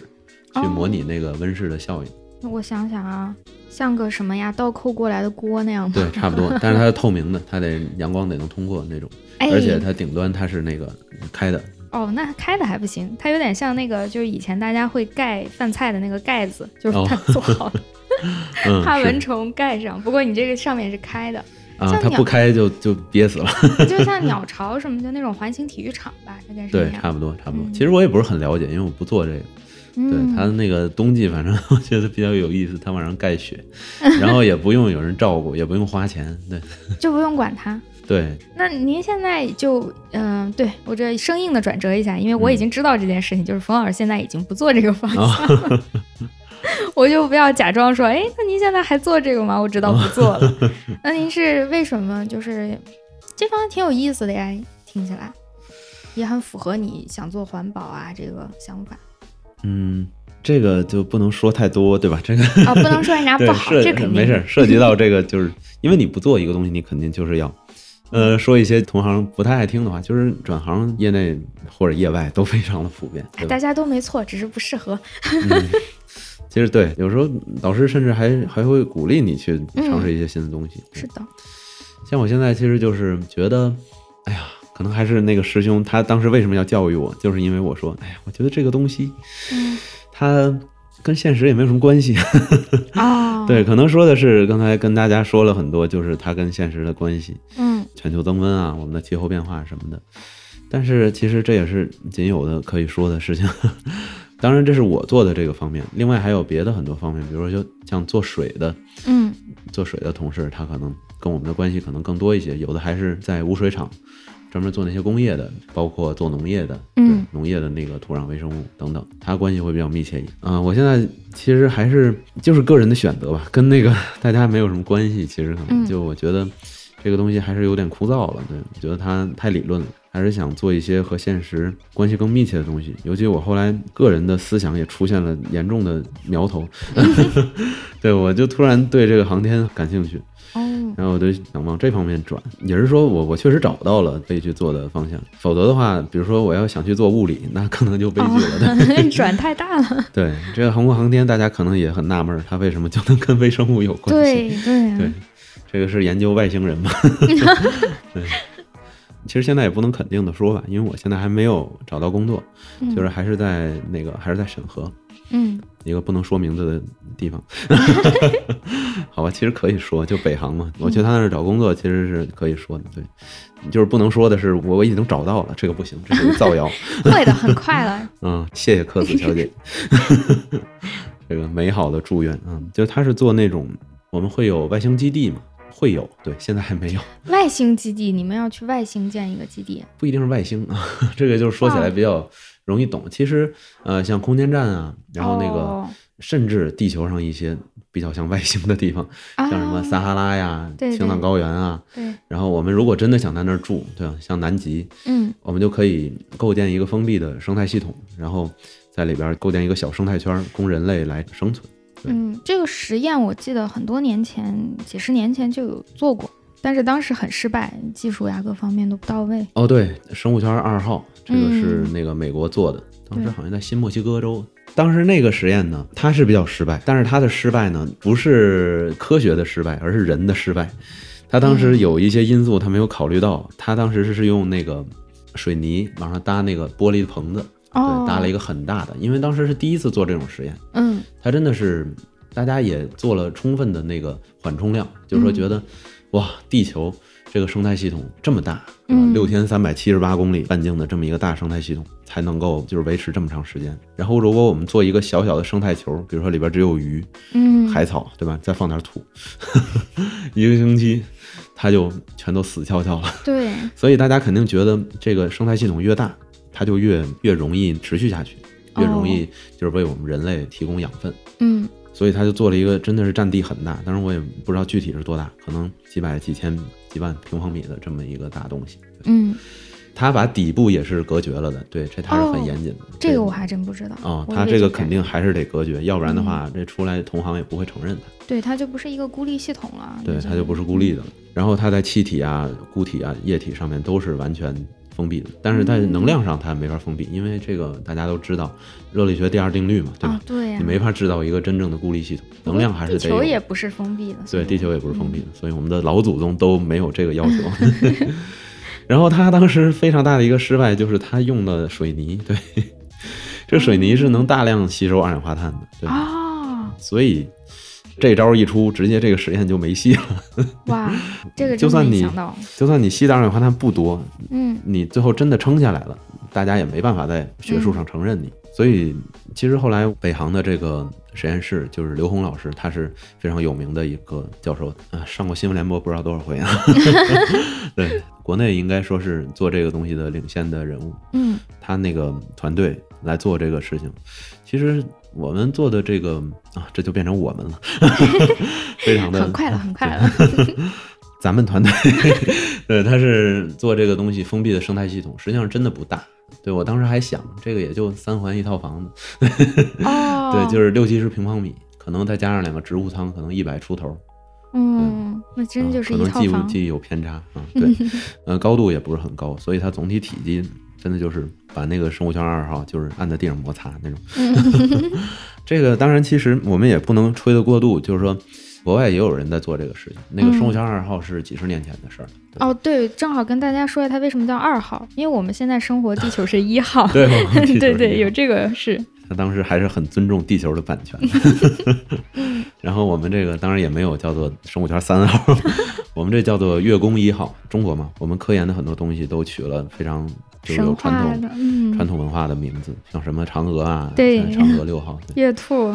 去模
哦
拟那个温室的效应。
我想想啊，像个什么呀？倒扣过来的锅那样吗？
对，差不多。但是它是透明的，它得阳光得能通过那种，
[laughs] 哎，
而且它顶端它是那个开的，
哦，那开的还不行，它有点像那个，就是以前大家会盖饭菜的那个盖子，就是
哦
它做好了
[laughs] 嗯，
怕蚊
是
虫盖上。不过你这个上面是开
[laughs]
的，
啊，
像
它
鸟
不开就就憋死了。
就像鸟巢什么的那种环形体育场吧，大概是
对，
那
差
样。
不多，差不多。
嗯
其实我也不是很了解，因为我不做这个。对
嗯，
它那个冬季，反正 [laughs] 我觉得比较有意思，它往上盖雪，然后也不用有人照顾，也不用花钱。对
就不用管它。
对，
那您现在就嗯、对我这生硬的转折一下，因为
嗯
我已经知道这件事情，就是冯老师现在已经不做这个方向，
哦
了， [laughs] 我就不要假装说，哎，那您现在还做这个吗？我知道不做了。
哦
[laughs] 那您是为什么？就是这方面挺有意思的呀，听起来也很符合你想做环保啊这个想法
嗯，这个就不能说太多，对吧？这个
啊，不能说人家
对
不好，
涉
这肯定
没
[laughs]
事儿，涉及到这个，就是因为你不做一个东西，你肯定就是要。呃，说一些同行不太爱听的话，就是转行业内或者业外都非常的普遍，对吧
哎大？家都没错，只是不适合。
其实对，有时候老师甚至还还会鼓励你去尝试一些新的东西。
嗯是的，
像我现在其实就是觉得，哎呀，可能还是那个师兄他当时为什么要教育我，就是因为我说，哎呀，我觉得这个东西
嗯哦
它跟现实也没有什么关系。
啊，
对，，可能说的是刚才跟大家说了很多，就是它跟现实的关系，
嗯
全球增温啊，我们的气候变化什么的。但是其实这也是仅有的可以说的事情。 [laughs] 当然，这是我做的这个方面，另外还有别的很多方面，比如说就像做水的，
嗯
做水的同事，他可能跟我们的关系可能更多一些，有的还是在污水厂专门做那些工业的，包括做农业的，对
嗯
农业的那个土壤微生物等等，他关系会比较密切一点。嗯、我现在其实还是就是个人的选择吧，跟那个 [laughs] 大家没有什么关系。其实可
嗯
能就我觉得这个东西还是有点枯燥了，对，我觉得它太理论了。还是想做一些和现实关系更密切的东西，尤其我后来个人的思想也出现了严重的苗头，对我就突然对这个航天感兴趣，
哦，
[laughs] 然后我就想往这方面转，也是说我我确实找到了可以去做的方向，否则的话，比如说我要想去做物理，那可能就悲剧了。
哦、转太大了。
[laughs] 对，这个航空航天大家可能也很纳闷儿，它为什么就能跟微生物有关系？
对对啊
对，这个是研究外星人
[laughs]
吗？ [laughs] 对，其实现在也不能肯定的说吧，因为我现在还没有找到工作，
嗯
就是还是在那个还是在审核
嗯
一个不能说名字的地方。好吧，其实可以说，就北航嘛，我去他那儿找工作其实是可以说的，对，就是不能说的是我我已经找到了，这个不行，这属于造谣。
会的，很快
[laughs]
了。
嗯，谢谢柯子小姐，这个美好的祝愿啊、嗯，就是他是做那种我们会有外星基地嘛，会有，对，现在还没有，
外星基地，你们要去外星建一个基地，
不一定是外星啊， [laughs] 这个就是说起来比较容易懂。其实呃，像空间站啊，然后那个、
哦
甚至地球上一些比较像外星的地方，
啊
像什么撒哈拉呀、
对对
青藏高原啊，
对，
然后我们如果真的想在那儿住，对吧？像南极，
嗯
我们就可以构建一个封闭的生态系统，然后在里边构建一个小生态圈儿，供人类来生存。对
嗯，这个实验我记得很多年前，几十年前就有做过，但是当时很失败，技术呀各方面都不到位。
哦，对，生物圈二号，这个是
嗯
那个美国做的，当时
对
好像在新墨西哥州。当时那个实验呢，它是比较失败，但是它的失败呢，不是科学的失败，而是人的失败。它当时有一些因素它没有考虑到，它当时是用那个水泥往上搭那个玻璃棚子，
哦
对，，搭了一个很大的，因为当时是第一次做这种实验，
嗯
它真的是大家也做了充分的那个缓冲量，就是说
嗯
觉得、哇，地球这个生态系统这么大，对吧
嗯？
六千三百七十八公里半径的这么一个大生态系统，才能够就是维持这么长时间。然后如果我们做一个小小的生态球，比如说里边只有鱼、
嗯，
海草，对吧？再放点土， [laughs] 一个星期它就全都死翘翘了。
对，
所以大家肯定觉得这个生态系统越大，它就越越容易持续下去，越容易就是为我们人类提供养分。
嗯
所以他就做了一个真的是占地很大，当然我也不知道具体是多大，可能几百、几千、几万平方米的这么一个大东西。
嗯
它把底部也是隔绝了的，对，这它是很严谨的。
这个我还真不知道。
哦，
我以
它
为
这
就
个
改
肯定还是得隔绝，要不然的话，这出来同行也不会承认它，
对它就不是一个孤立系统了。
对，它就不是孤立的了。然后它在气体啊、固体啊、液体上面都是完全封闭的，但是在能量上它没法封闭，因为这个大家都知道热力学第二定律嘛，对吧
啊？，对呀、
你没法制造一个真正的孤立系统，能量还是
地
得
球
有
也不是封闭嗯的，所
对，
以
地球也不是封闭的，所以我们的老祖宗都没有这个要求。 [laughs] 然后他当时非常大的一个失败就是他用的水泥，对， [laughs] 这水泥是能大量吸收二氧化碳的，对，
哦，
所以这招一出，直接这个实验就没戏了。
[laughs] 哇，这个
就
真
算
没
你
想到，
就算你吸的二氧化碳不多，
嗯，
你最后真的撑下来了，大家也没办法在学术上承
嗯
认你。所以，其实后来北航的这个实验室，就是刘洪老师，他是非常有名的一个教授啊，上过新闻联播不知道多少回啊。
[laughs]
对，国内应该说是做这个东西的领先的人物，
嗯，
他那个团队来做这个事情。其实我们做的这个啊，这就变成我
[laughs]
们了， [laughs] 非常的
很快了，很快了，
咱们团队，对，他是做这个东西封闭的生态系统，实际上真的不大。对我当时还想，这个也就三环一套房子，
哦，，
[laughs] 对，就是是六七十平方米，可能再加上两个植物仓，可能一百出头，
嗯，那真
啊
就是
可
一
能
套
记
房
不，记忆有偏差
[laughs]
啊。对，呃，高度也不是很高，所以它总体体积真的就是把那个生物圈二号就是按在地上摩擦
[laughs]
那种。这个当然，其实我们也不能吹得过度，就是说，国外也有人在做这个事情。那个生
嗯
物圈二号是几十年前的事儿了。对，
哦，对，正好跟大家说一下它为什么叫二号，因为我们现在生活地球是一号
对，我
[laughs]
们记
对
住这
对，
个
有这个是，
他当时还是很尊重地球的版 [laughs] 权。然后我们这个当然也没有叫做生物圈三号， [laughs] 我们这叫做月宫一号。中国嘛，我们科研的很多东西都取了非常就是有
神
传
话
统
的，嗯，
传统文化的名字，像什么嫦娥啊，
对
像嫦娥六号，对
月兔，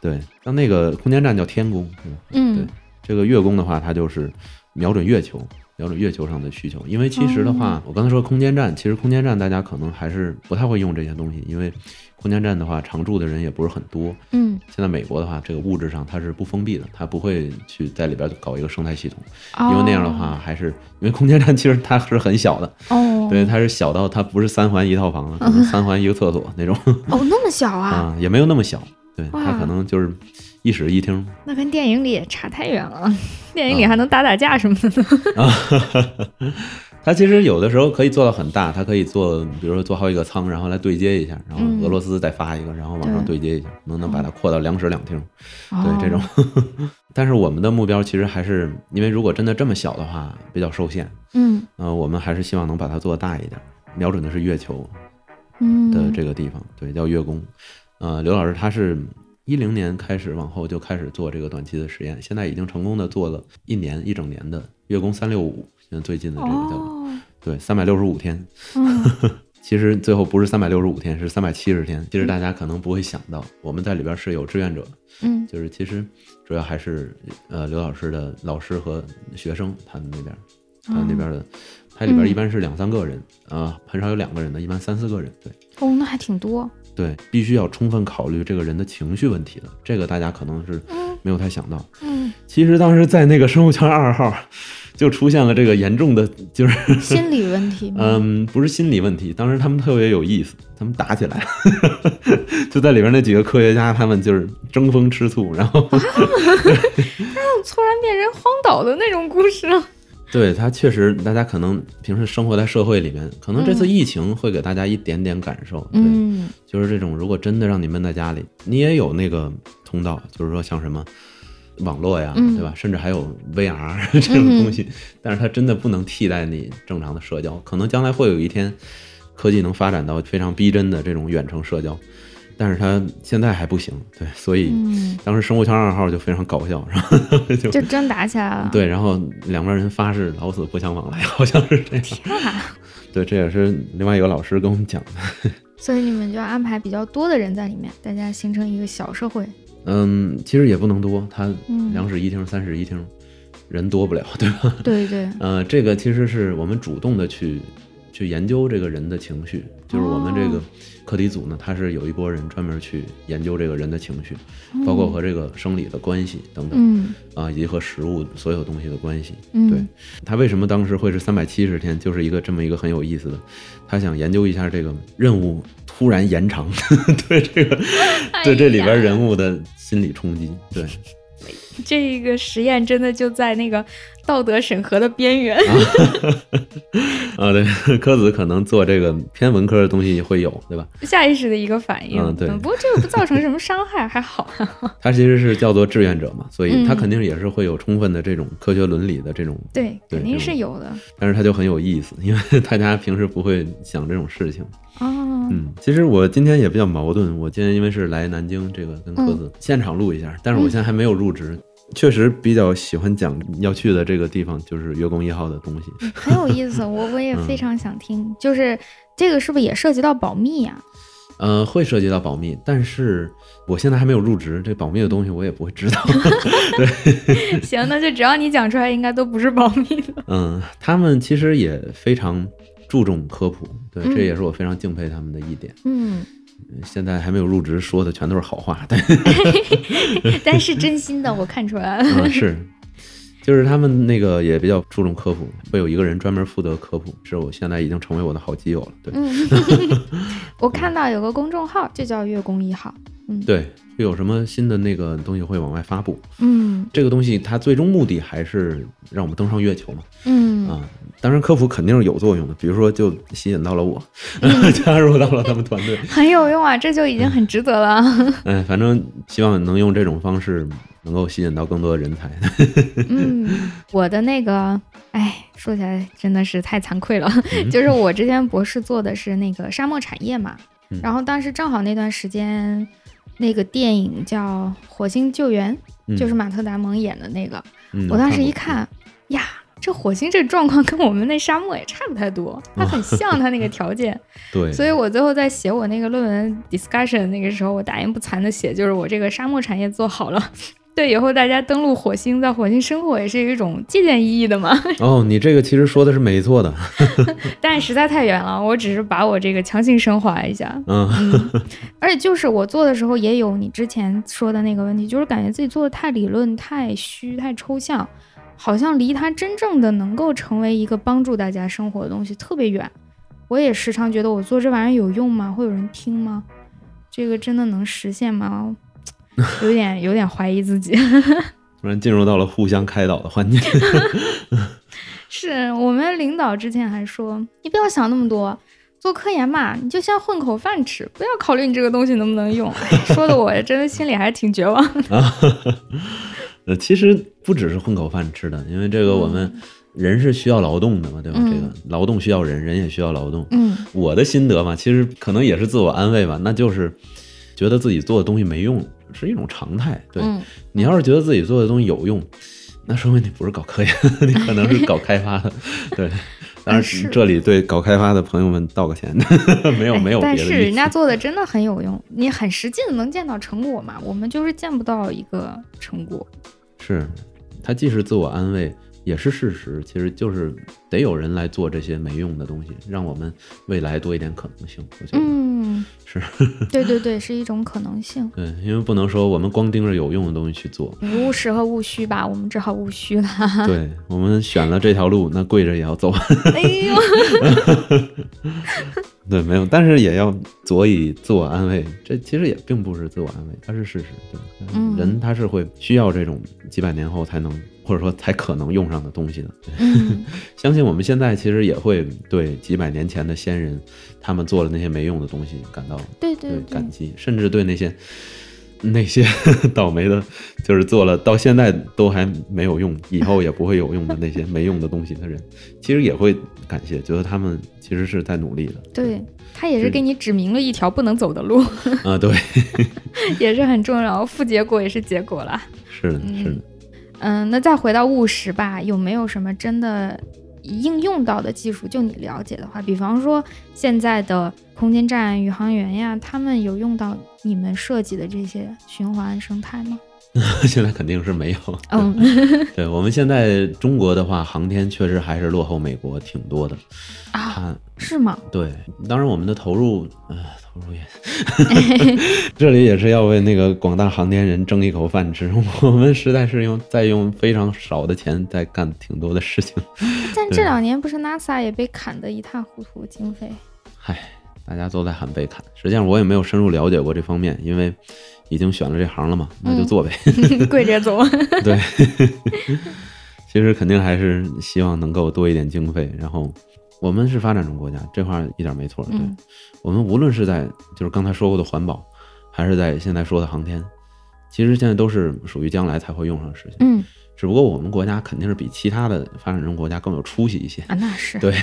对，像那个空间站叫天宫，对吧
嗯
对，这个月宫的话，它就是瞄准月球，瞄准月球上的需求。因为其实的
哦
话，我刚才说空间站，其实空间站大家可能还是不太会用这些东西，因为空间站的话，常住的人也不是很多。
嗯，
现在美国的话，这个物质上它是不封闭的，它不会去在里边搞一个生态系统，
哦
因为那样的话，还是因为空间站其实它是很小的，
哦，哦，
对，它是小到它不是三环一套房了，可
[laughs]
能三环一个厕所那种
哦，那么小啊，
啊，也没有那么小，对，它
哇
可能就是一室一厅，
那跟电影里也差太远
啊
了，电影里还能打打架什么的呢，
它其实有的时候可以做到很大，它可以做，比如说做好几个仓，然后来对接一下，然后
嗯
俄罗斯再发一个，然后往上对接一下，能能把它扩到两室两厅，
哦
对这种。 [laughs] 但是我们的目标其实还是，因为如果真的这么小的话，比较受限。
嗯
呃，我们还是希望能把它做大一点，瞄准的是月球
嗯
的这个地方，对，叫月宫。呃，刘老师他是一零年开始往后就开始做这个短期的实验，现在已经成功的做了一年一整年的月宫三六五，现在最近的这个叫、
哦，
对三百六十五天。
嗯，
其实最后不是三百六十五天，是三百七十天。其实大家可能不会想到，我们在里边是有志愿者，
嗯
就是其实主要还是呃刘老师的老师和学生他们那边，他们那边的，他里边一般是两三个人啊、很少有两个人的，一般三四个人。对
哦，那还挺多。
对，必须要充分考虑这个人的情绪问题的，这个大家可能是没有太想到。
嗯，
其实当时在那个生物圈二号就出现了这个严重的，就是
心理问题吗？
嗯，不是心理问题，当时他们特别有意思，他们打起来， [laughs] 就在里边那几个科学家，他们就是争风吃醋，然后
突然变成荒岛的那种故事了。
对他确实，大家可能平时生活在社会里面，可能这次疫情会给大家一点点感受，对，
嗯
就是这种如果真的让你闷在家里，你也有那个通道，就是说像什么。网络呀，
嗯
对吧？甚至还有 VR [laughs] 这种东西，但是它真的不能替代你正常的社交。可能将来会有一天，科技能发展到非常逼真的这种远程社交，但是它现在还不行。对，所以
嗯，
当时生物圈二号就非常搞笑，然后 [laughs] 就
就真打起来了。，
对，然后两边人发誓老死不相往来， [laughs] 好像是这样。
啊，
对，这也是另外一个老师跟我们讲的。
所以你们就安排比较多的人在里面，大家形成一个小社会。
嗯，其实也不能多，他
嗯
两室一厅、三室一厅，人多不了，对吧？ [laughs]
对对，
呃，这个其实是我们主动的去去研究这个人的情绪，就是我们
哦
这个课题组呢，它是有一拨人专门去研究这个人的情绪，包括和这个生理的关系等等
嗯
啊，以及和食物所有东西的关系。
嗯，
对，他为什么当时会是三百七十天，就是一个这么一个很有意思的，他想研究一下这个任务突然延长 [laughs] 对这个对这
哎
里边人物的心理冲击。对， [laughs]
这个实验真的就在那个道德审核的边缘。
啊，对，科子可能做这个偏文科的东西会有，对吧？
下意识的一个反应。
嗯对
不过这个不造成什么伤害，还 [laughs] 好。
他其实是叫做志愿者嘛，所以他
嗯
肯定也是会有充分的这种科学伦理的这种，
对，
对
肯定是有的。
但是他就很有意思，因为 [laughs] 大家平时不会想这种事情。
哦，
嗯，其实我今天也比较矛盾，我今天因为是来南京这个跟鸽子现场录一下，但是我现在还没有入职。确实比较喜欢讲要去的这个地方，就是月宫一号的东西。
很有意思，我我也非常想听。就是这个是不是也涉及到保密呀、
呃，会涉及到保密，但是我现在还没有入职，这保密的东西我也不会知道。
行，那就只要你讲出来，应该都不是保密的。
嗯，他们其实也非常注重科普，对，
嗯
这也是我非常敬佩他们的一点。
嗯，
嗯现在还没有入职，说的全都是好话，但
[laughs] 但是真心的，我看出来了。
嗯，是，就是他们那个也比较注重科普，会有一个人专门负责科普，是我现在已经成为我的好基友了。对、
嗯，我看到有个公众号就叫“月宫一号
对，会有什么新的那个东西会往外发布。”
嗯。
这个东西它最终目的还是让我们登上月球嘛？
嗯
啊，当然科普肯定是有作用的，比如说就吸引到了我，
嗯
[laughs] 加入到了他们团队。
很有用啊，这就已经很值得了。 [laughs]
哎，反正希望能用这种方式能够吸引到更多的人才。 [laughs]
嗯，我的那个，哎，说起来真的是太惭愧了。 [laughs] 就是我之前博士做的是那个沙漠产业嘛，
嗯
然后当时正好那段时间，那个电影叫《火星救援》，
嗯
就是马特·达蒙演的那个，
嗯
我当时一，
过
看，呀，这火星这状况跟我们那沙漠也差不太多，它很像它那个条件。
哦 [laughs] 对，
所以我最后在写我那个论文 discussion 那个时候，我大言不惭的写，就是我这个沙漠产业做好了， [laughs] 对以后大家登陆火星，在火星生活也是一种借鉴意义的嘛。 [laughs]
哦，你这个其实说的是没错的，
但是实在太远了，我只是把我这个强行升华一下。
嗯，
嗯，而且就是我做的时候也有你之前说的那个问题，就是感觉自己做的太理论、太虚、太抽象，好像离它真正的能够成为一个帮助大家生活的东西特别远。我也时常觉得我做这玩意儿有用吗？会有人听吗？这个真的能实现吗？ [laughs] 有点有点怀疑自己。 [laughs]
突然进入到了互相开导的环节。
是我们领导之前还说，你不要想那么多，做科研嘛，你就先混口饭吃，不要考虑你这个东西能不能用。 [laughs] 哎说的我真的心里还是挺绝望。 [laughs]
呃， [laughs] 其实不只是混口饭吃的，因为这个我们人是需要劳动的嘛，对吧？
嗯
这个劳动需要人，人也需要劳动。
嗯，
我的心得嘛，其实可能也是自我安慰吧，那就是觉得自己做的东西没用是一种常态。对、
嗯
你要是觉得自己做的东西有用，那说明你不是搞科研，你可能是搞开发的。对，当然
是
这里对搞开发的朋友们道个歉， [laughs] 没有
哎
没有别
但
的
是
意
人
思。
家做的真的很有用，你很实际的能见到成果嘛，我们就是见不到一个成果。
是，它既是自我安慰，也是事实。其实就是得有人来做这些没用的东西，让我们未来多一点可能性。我觉得、
嗯，
是，
[laughs] 对对对，是一种可能性。
对，因为不能说我们光盯着有用的东西去
[laughs]
做。
你务实和务虚吧，我们只好务
[laughs]
虚了。
对我们选了这条路，那跪着也要走。 [laughs]
哎呦，
对，没有，但是也要佐以自我安慰。这其实也并不是自我安慰，它是事实。对，
嗯
人他是会需要这种几百年后才能，或者说才可能用上的东西的。对
嗯
相信我们现在其实也会对几百年前的先人，他们做了那些没用的东西感到
对
对
嗯对对
感，激，甚至对那些那些 [laughs] 倒霉的，就是做了到现在都还没有用，以后也不会有用的那些没用的东西的人，其实也会感谢，觉得他们其实是在努力的。
对他也是
是
给你指明了一条不能走的路， [laughs]
啊、对，
也是很重要，负结果也是结果啦。
是的，是的。
嗯，那再回到务实吧，有没有什么真的应用到的技术？就你了解的话，比方说现在的空间站宇航员呀，他们有用到你们设计的这些循环生态吗？
[laughs] 现在肯定是没有。
嗯
[laughs] 对我们现在中国的话，航天确实还是落后美国挺多的。
啊，
它
是吗？
对，当然我们的投入，呃，投入也， [laughs] 这里也是要为那个广大航天人争一口饭吃。 [laughs] 我们实在是用在用非常少的钱在干挺多的事情。 [laughs]
但
对
这两年不是 NASA 也被砍得一塌糊涂经
[laughs]
费？
唉，大家都在喊被砍，实际上我也没有深入了解过这方面，因为已经选了这行了嘛，那就做呗。
跪着走。
[laughs] 对，其实肯定还是希望能够多一点经费。然后我们是发展中国家，这话一点没错。对、
嗯
我们无论是在就是刚才说过的环保，还是在现在说的航天，其实现在都是属于将来才会用上的事情。
嗯
只不过我们国家肯定是比其他的发展中国家更有出息一些。
啊，那是。
[laughs] 对，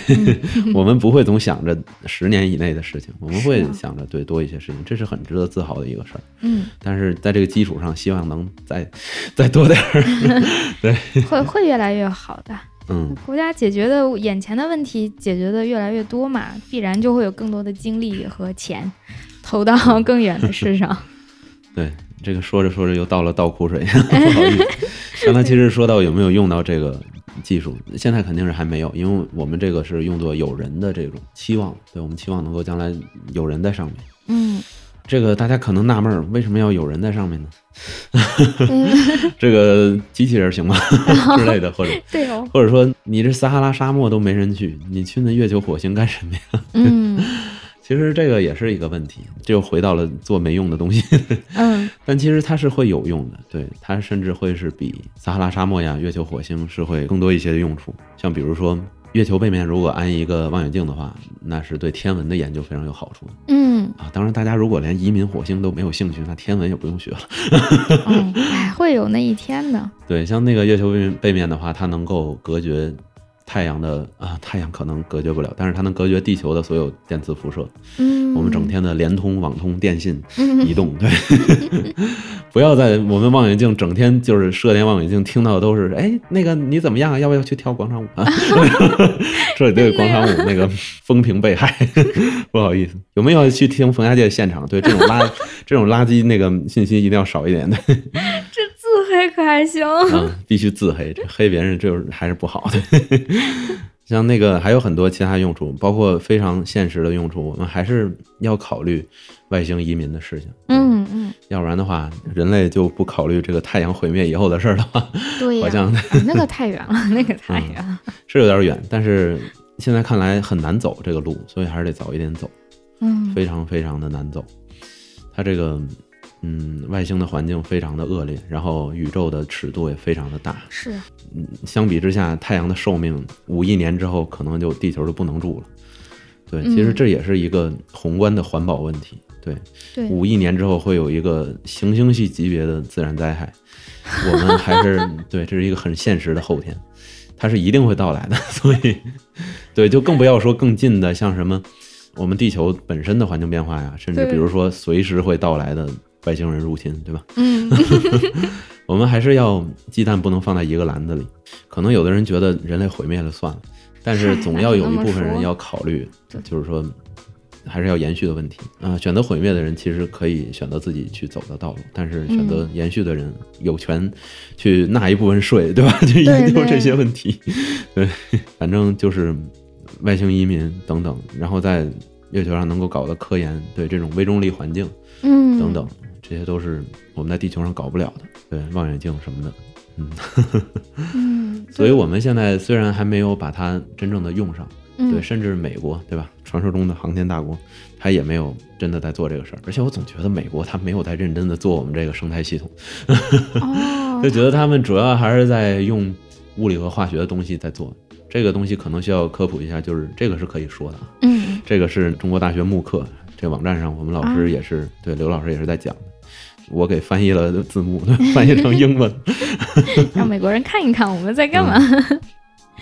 我们不会总想着十年以内的事情，我们会
是啊
想着对多一些事情，这是很值得自豪的一个事儿。
嗯，
但是在这个基础上，希望能再 [laughs] 再多点儿。
会会越来越好的。
嗯，
国家解决的眼前的问题解决的越来越多嘛，必然就会有更多的精力和钱投到更远的事上。
对，这个说着说着又到了倒苦水，不好意思。刚才其实说到有没有用到这个技术，现在肯定是还没有，因为我们这个是用作有人的这种期望，对我们期望能够将来有人在上面。
[laughs] 嗯，
这个大家可能纳闷儿，为什么要有人在上面呢？ [laughs]
嗯
这个机器人行吗 [laughs] 之类的，或者
对哦，
或者说你这撒哈拉沙漠都没人去，你去那月球、火星干什么呀？
嗯
[laughs] 其实这个也是一个问题，这又回到了做没用的东西。
嗯
但其实它是会有用的，对它甚至会是比撒哈拉沙漠呀、月球、火星是会更多一些的用处。像比如说，月球背面如果安一个望远镜的话，那是对天文的研究非常有好处
嗯
啊。当然，大家如果连移民火星都没有兴趣，那天文也不用学了。
嗯，哎，会有那一天的。
对，像那个月球背面背面的话，它能够隔绝太阳的啊，太阳可能隔绝不了，但是它能隔绝地球的所有电磁辐射。
嗯，
我们整天的联通、网通、电信、
嗯 [laughs]
移动，对， [laughs] 不要在我们望远镜整天就是射电望远镜听到的都是，哎，那个你怎么样啊？要不要去跳广场舞啊？ [laughs] 这里对广场舞那个风评被害， [laughs] 不好意思，有没有去听冯家界现场？对这种垃这种垃圾那个信息一定要少一点的
这自黑可还行？
啊，必须自黑，这黑别人就是还是不好的。 [laughs] 像那个还有很多其他用处，包括非常现实的用处，我们还是要考虑外星移民的事情。
嗯嗯，
要不然的话，人类就不考虑这个太阳毁灭以后的事儿的话，
对呀、
好像
啊那个太远了，那个太远了。
是有点远。但是现在看来很难走这个路，所以还是得早一点走，
嗯
非常非常的难走。它这个，嗯，外星的环境非常的恶劣，然后宇宙的尺度也非常的大。
是，
相比之下，太阳的寿命五亿年之后，可能就地球就不能住了。对，
嗯
其实这也是一个宏观的环保问题。对，
对，
五亿年之后会有一个行星系级别的自然灾害，我们
[laughs]
还是对，这是一个很现实的后天，它是一定会到来的，所以对，就更不要说更近的，像什么我们地球本身的环境变化呀，甚至
对
比如说随时会到来的外星人入侵，对吧？
嗯
我们还是要鸡蛋不能放在一个篮子里，可能有的人觉得人类毁灭了算了，但
[laughs]
是
嗨
总要有一部
那你
分
这么
人
说
要考虑
[laughs] 对，
就是说还是要延续的问题啊、选择毁灭的人其实可以选择自己去走的道路，但是选择延续的人有权去纳一部分税，
[laughs]
对吧？去研究
对
这些问题。 [laughs] 对，反正就是外星移民等等，然后在月球上能够搞的科研，对这种微重力环境，
[laughs] 嗯，
等等，这些都是我们在地球上搞不了的。对，望远镜什么的。
嗯，
所以我们现在虽然还没有把它真正的用上，
嗯
对，甚至美国，对吧？传说中的航天大国，它也没有真的在做这个事儿。而且我总觉得美国它没有在认真的做我们这个生态系统， [laughs]
哦
就，觉得他们主要还是在用物理和化学的东西在做。这个东西可能需要科普一下，就是这个是可以说的啊，
嗯
这个是中国大学慕课这个网站上，我们老
啊
师也是、对刘老师也是在讲的，我给翻译了字幕， [laughs] 翻译成英文。
让美国人看一看我们在干嘛。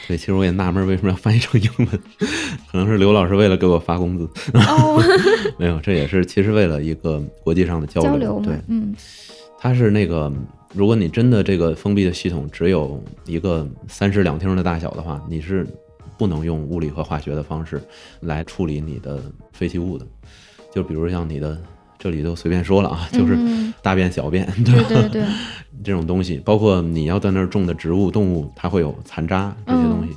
对，其实我也纳闷儿为什么要翻译成英文，可能是刘老师为了给我发工资，
哦， [laughs]
没有，这也是其实为了一个国际上的交流。
交流嘛
对，，
嗯
它是那个，如果你真的这个封闭的系统只有一个三室两厅的大小的话，你是不能用物理和化学的方式来处理你的废弃物的，就比如像你的。这里就随便说了啊，就是
嗯
大便、小便，对 [laughs]
对
吧？
对对，
这种东西，包括你要在那儿种的植物、动物，它会有残渣这些东西。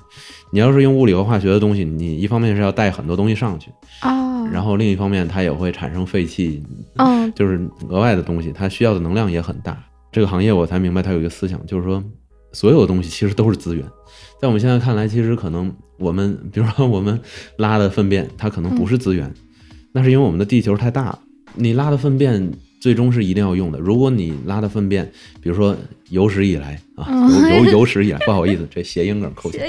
你要是用物理和化学的东西，你一方面是要带很多东西上去，
哦，
然后另一方面它也会产生废气，
嗯
就是额外的东西，它需要的能量也很大。这个行业我才明白，它有一个思想，就是说所有的东西其实都是资源。在我们现在看来，其实可能我们，比如说我们拉的粪便，它可能不是资源，那是因为我们的地球太大了。你拉的粪便最终是一定要用的。如果你拉的粪便，比如说有史以来啊，有有有史以来，不好意思，这谐音梗扣钱。
哎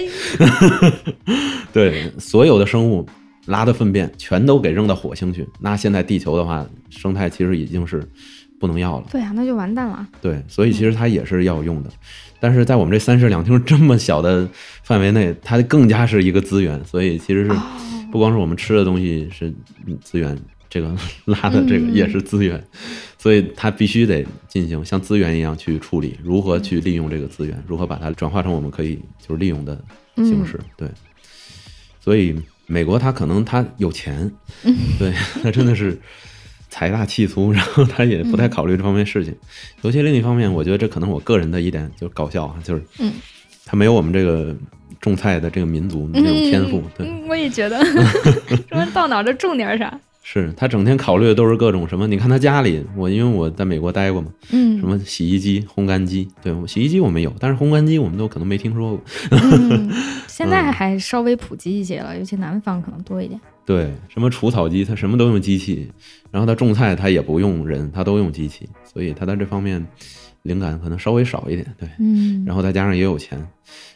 对，所有的生物拉的粪便全都给扔到火星去，那现在地球的话，生态其实已经是不能要了。
对呀、啊那就完蛋了。
对，所以其实它也是要用的，但是在我们这三室两厅这么小的范围内，它更加是一个资源，所以其实是
哦，
不光是我们吃的东西是嗯资源，这个拉的这个
嗯
也是资源，所以它必须得进行像资源一样去处理，如何去利用这个资源，如何把它转化成我们可以就是利用的形式。
嗯
对，所以美国它可能它有钱，
嗯
对， [laughs] 它真的是。财大气粗， [laughs] 然后他也不太考虑这方面事情。
嗯
尤其另一方面，我觉得这可能我个人的一点就是搞笑啊，就是，
嗯，
他没有我们这个种菜的这个民族那
嗯，
种天赋，对，
嗯，我也觉
[laughs]
得，说到哪儿就种点儿啥。
是他整天考虑的都是各种什么？你看他家里，我因为我在美国待过嘛，
嗯，
什么洗衣机、烘干机，对，我洗衣机我们有，但是烘干机我们都可能没听说过。 [laughs]
嗯，现在还稍微普及一些了，尤其南方可能多一点。
对，什么除草机，他什么都用机器，然后他种菜他也不用人，他都用机器，所以他在这方面灵感可能稍微少一点，对。
嗯，
然后再加上也有钱，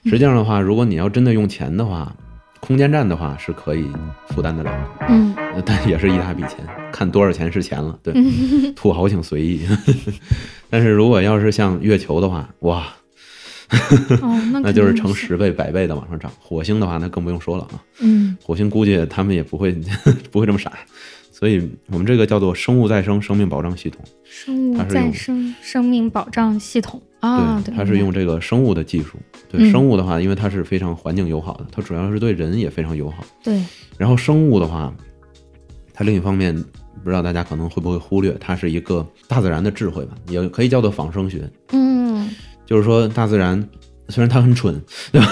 实际上的话，如果你要真的用钱的话，空间站的话是可以负担得了的。
嗯，
呃但也是一大笔钱，看多少钱是钱了。
[laughs]
对，土豪请随意。 [laughs] 但是如果要是像月球的话，哇，
哦，那
那
肯
就是
定
成。十倍、百倍的往上涨。火星的话，那更不用说了啊，
嗯
火星估计他们也不会 [laughs] 不会这么傻。所以我们这个叫做生物再生生命保障系统，
生物
它是
再
用
生生命保障系统啊，对，
它是用这个生物的技术。对、
嗯
生物的话，因为它是非常环境友好的，它主要是对人也非常友好。
对，
然后生物的话，它另一方面不知道大家可能会不会忽略，它是一个大自然的智慧吧，也可以叫做仿生学。
嗯，
就是说，大自然虽然它很蠢， [laughs] 对吧？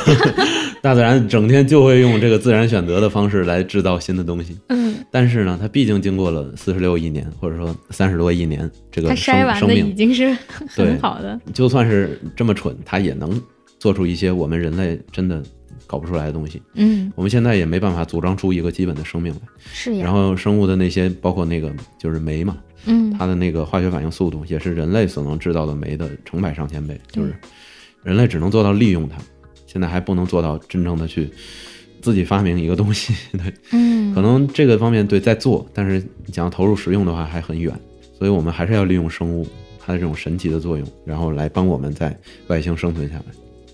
大自然整天就会用这个自然选择的方式来制造新的东西，
嗯，
但是呢，它毕竟经过了四十六亿年，或者说三十多亿年，这
它
个
筛
生
完
生
的已
命
经是
对
很好的，
就算是这么蠢，它也能做出一些我们人类真的搞不出来的东西。
嗯，
我们现在也没办法组装出一个基本的生命来。
是呀
然，后生物的那些，包括那个就是酶嘛，
嗯，
它的那个化学反应速度也是人类所能制造的酶的成百上千倍，就是人类只能做到利用它，现在还不能做到真正的去自己发明一个东西。对，
嗯，
可能这个方面对在做，但是你想要投入使用的话还很远，所以我们还是要利用生物它的这种神奇的作用，然后来帮我们在外星生存下来。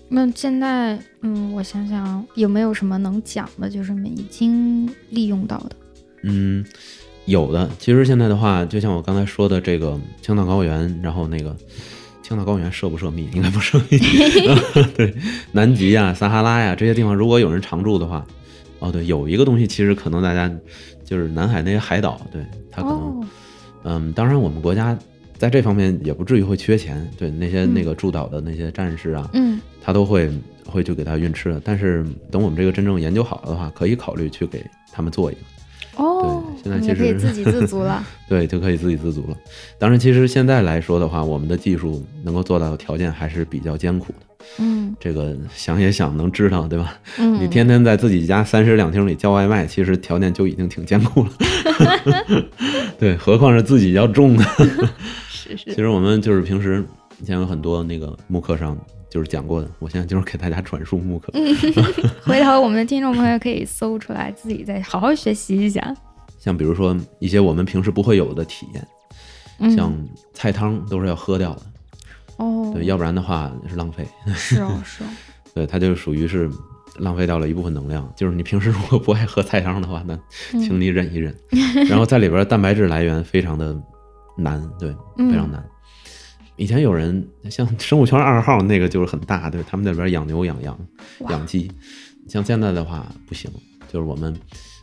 那现在，嗯，我想想有没有什么能讲的，就是我们已经利用到的，
嗯，有的。其实现在的话，就像我刚才说的，这个青藏高原，然后那个青藏高原涉不涉密？应该不涉密。对，南极呀、撒哈拉呀、这些地方，如果有人常住的话，哦，对，有一个东西，其实可能大家就是南海那些海岛，对，它啊可能、
哦，
嗯，当然我们国家。在这方面也不至于会缺钱，对那些
嗯
那个驻岛的那些战士啊，
嗯，
他都会会去给他运吃的。但是等我们这个真正研究好了的话，可以考虑去给他们做一个。
哦，
现在
我们
其
也可以
实
自给自足
[laughs]
了，
对，就可以自给自足了。当然，其实现在来说的话，我们的技术能够做到的条件还是比较艰苦的。
嗯
这个想也想能知道，对吧？
嗯，
你天天在自己家三室两厅里叫外卖，其实条件就已经挺艰苦了。对，何况是自己要种的。
是是，
其实我们就是平时以前有很多那个慕课上就是讲过的，我现在就是给大家转述慕课。
回头我们的听众朋友可以搜出来，自己再好好学习一下，
像比如说一些我们平时不会有的体验，
嗯，
像菜汤都是要喝掉的，
哦，
对，要不然的话是浪费。
是哦，是哦，
[laughs] 对，它就属于是浪费掉了一部分能量。就是你平时如果不爱喝菜汤的话，那
嗯
请你忍一忍。然后在里边儿蛋白质来源非常的难，对，非常
嗯
难。以前有人像生物圈二号那个就是很大，对他们那边养牛、养羊、
哇
养鸡。像现在的话不行，就是我们，